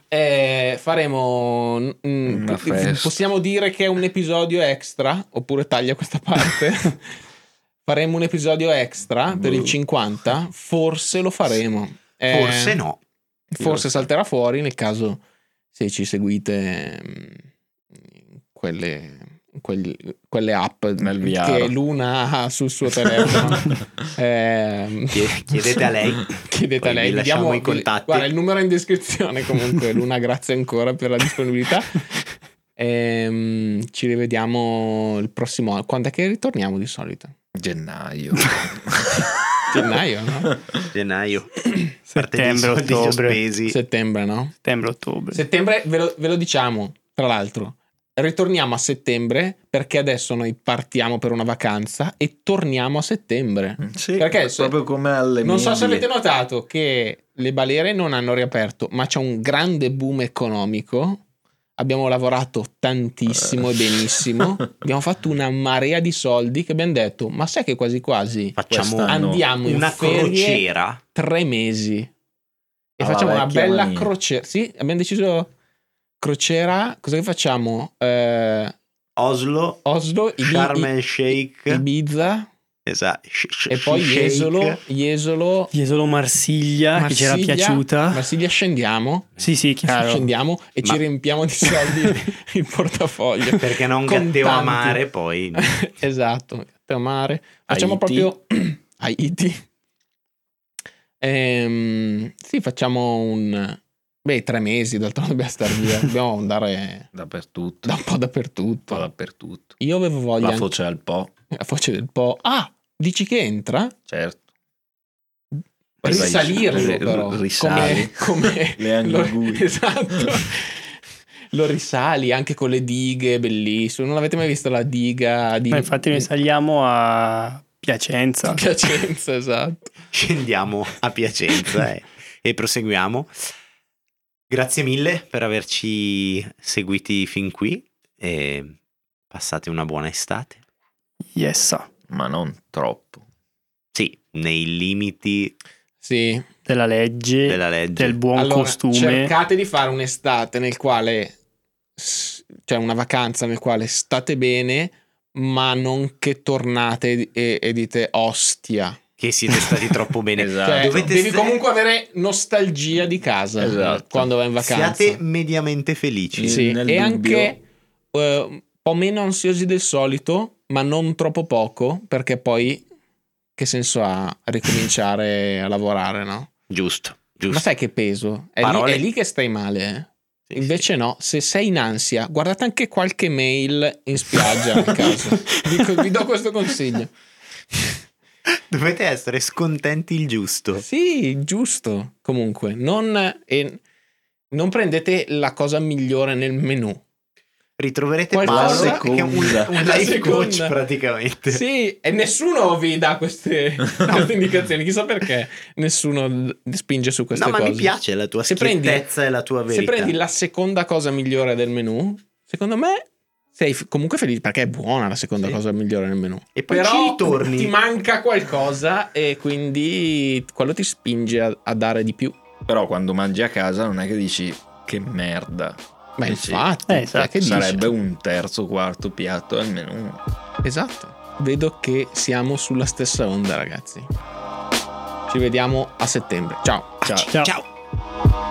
S3: Eh, faremo. mm,
S4: Una
S3: po-
S4: festa.
S3: possiamo dire che è un episodio extra? Oppure taglia questa parte? faremo un episodio extra per il
S4: Boh.
S3: 50? Forse lo faremo. Eh,
S2: Forse no.
S3: Forse salterà fuori nel caso se ci seguite mm, in quelle, in quegli- quelle app
S4: Nel VR.
S3: che l'una ha sul suo telefono. Ehm,
S2: Chie- Chiedete a lei.
S3: Chiedete a
S2: Poi
S3: lei,
S2: vi
S3: vi
S2: lasciamo
S3: diamo-
S2: i contatti.
S3: Guarda, il numero è in descrizione comunque. Luna, grazie ancora per la disponibilità. Ehm, ci rivediamo il prossimo anno. Quando è che ritorniamo di solito?
S4: Gennaio.
S3: Gennaio, no?
S2: Gennaio.
S1: Settembre, ottobre.
S2: Spesi.
S3: Settembre, no?
S1: Settembre, ottobre.
S3: Settembre, ve lo, ve lo diciamo, tra l'altro. Ritorniamo a settembre perché adesso noi partiamo per una vacanza e torniamo a settembre.
S5: Sì,
S3: Perché se-
S5: proprio come alle
S3: Non so
S5: medie.
S3: se avete notato che le balere non hanno riaperto, ma c'è un grande boom economico. Abbiamo lavorato tantissimo e benissimo. abbiamo fatto una marea di soldi che abbiamo detto, ma sai che quasi quasi
S2: Facciamo
S5: Quest'anno-
S3: andiamo in
S2: Ah, una
S3: ferie
S2: crociera.
S3: tre mesi e
S5: Alla
S3: facciamo una
S5: vecchia
S3: bella
S5: mania.
S3: crociera. Sì, abbiamo deciso crociera. Cosa che facciamo? Eh,
S2: Oslo,
S3: Oslo, Ibi-
S2: Sharm
S3: I-
S2: el Sheikh.
S3: Ibiza
S2: Esatto. Sh- sh-
S3: e poi
S2: Sheikh.
S3: Jesolo, Jesolo
S1: Jesolo Marsiglia, che c'era
S3: Marsiglia-
S1: piaciuta.
S3: Marsiglia scendiamo.
S1: Sì, sì, chiaro.
S3: scendiamo e
S2: Ma-
S3: ci riempiamo di soldi il portafoglio.
S2: Perché non
S3: Con
S2: gatteo a
S3: tanti.
S2: mare poi.
S3: esatto, a mare. Facciamo
S5: Haiti.
S3: proprio Haiti. Ehm, sì, facciamo un... Beh, tre mesi, d'altronde dobbiamo stare via, dobbiamo andare
S4: Dappertutto.
S3: da un po'
S4: Un po'
S3: dappertutto.
S4: dappertutto.
S3: Io avevo voglia...
S4: La
S3: La,
S4: foce al po',
S3: voce del po'. Ah, dici che entra?
S4: certo. Poi vai-
S3: Risalirlo
S4: ri-
S3: però.
S4: Risali.
S3: Come, come-
S5: Le anguille.
S3: Lo, esatto. Lo risali anche con le dighe, bellissimo. Non avete mai visto la diga di
S1: Ma infatti noi saliamo a Piacenza.
S3: Piacenza, esatto.
S2: Scendiamo a Piacenza e, e proseguiamo. Grazie mille per averci seguiti fin qui e passate una buona estate.
S1: Yes.
S4: Ma non troppo.
S2: Sì, nei limiti
S3: Sì.
S1: Della legge,
S2: della legge.
S1: del buon
S3: Allora,
S1: costume.
S3: cercate di fare un'estate nel quale s- cioè una vacanza nel quale state bene, ma non che tornate e, e dite ostia.
S2: Che siete stati troppo bene.
S4: Esatto.
S3: Cioè,
S2: dovete
S3: devi
S2: sta-
S3: comunque avere nostalgia di casa
S4: Esatto.
S3: quando vai in vacanza.
S2: Siate mediamente felici.
S3: Sì,
S5: nel
S3: e
S5: dubbio.
S3: anche eh, un po' meno ansiosi del solito, ma non troppo poco, perché poi che senso ha ricominciare a lavorare, no?
S2: Giusto,
S3: Ma
S2: giusto.
S3: sai che peso? È, lì,
S2: Parole.
S3: è lì che stai male. eh.
S2: Sì,
S3: Invece no, se sei in ansia, guardate anche qualche mail in spiaggia nel caso. Dico- vi do questo consiglio.
S2: sì. Dovete essere scontenti il giusto.
S3: Sì, giusto. Comunque, non, e non prendete la cosa migliore nel menù.
S2: Ritroverete
S3: Qualcosa-
S2: Paolo che è un,
S5: La
S2: un
S3: La
S2: life
S3: seconda.
S2: coach praticamente.
S3: Sì, e nessuno vi dà queste,
S5: No.
S3: queste indicazioni. Chissà perché nessuno d- spinge su queste
S2: no, ma
S3: cose.
S2: mi piace la tua
S3: Se prendi-
S2: schiettezza e la tua
S3: Se
S2: verità.
S3: prendi la seconda cosa migliore del menù, secondo me sei f- comunque felice perché è buona la seconda
S2: Sì.
S3: cosa migliore del menù.
S2: E poi ci
S3: Però
S2: ritorni.
S3: ti manca qualcosa e quindi quello ti spinge a, a dare di più.
S4: Però quando mangi a casa non è che dici che merda.
S3: Ma
S4: Eh sì.
S3: infatti,
S1: Eh,
S3: cioè,
S1: esatto,
S3: che dici?
S4: Sarebbe un terzo, quarto piatto almeno.
S3: Esatto. Vedo che siamo sulla stessa onda, ragazzi. Ci vediamo a settembre. Ciao.
S4: Ciao.
S1: Ciao.
S2: Ciao.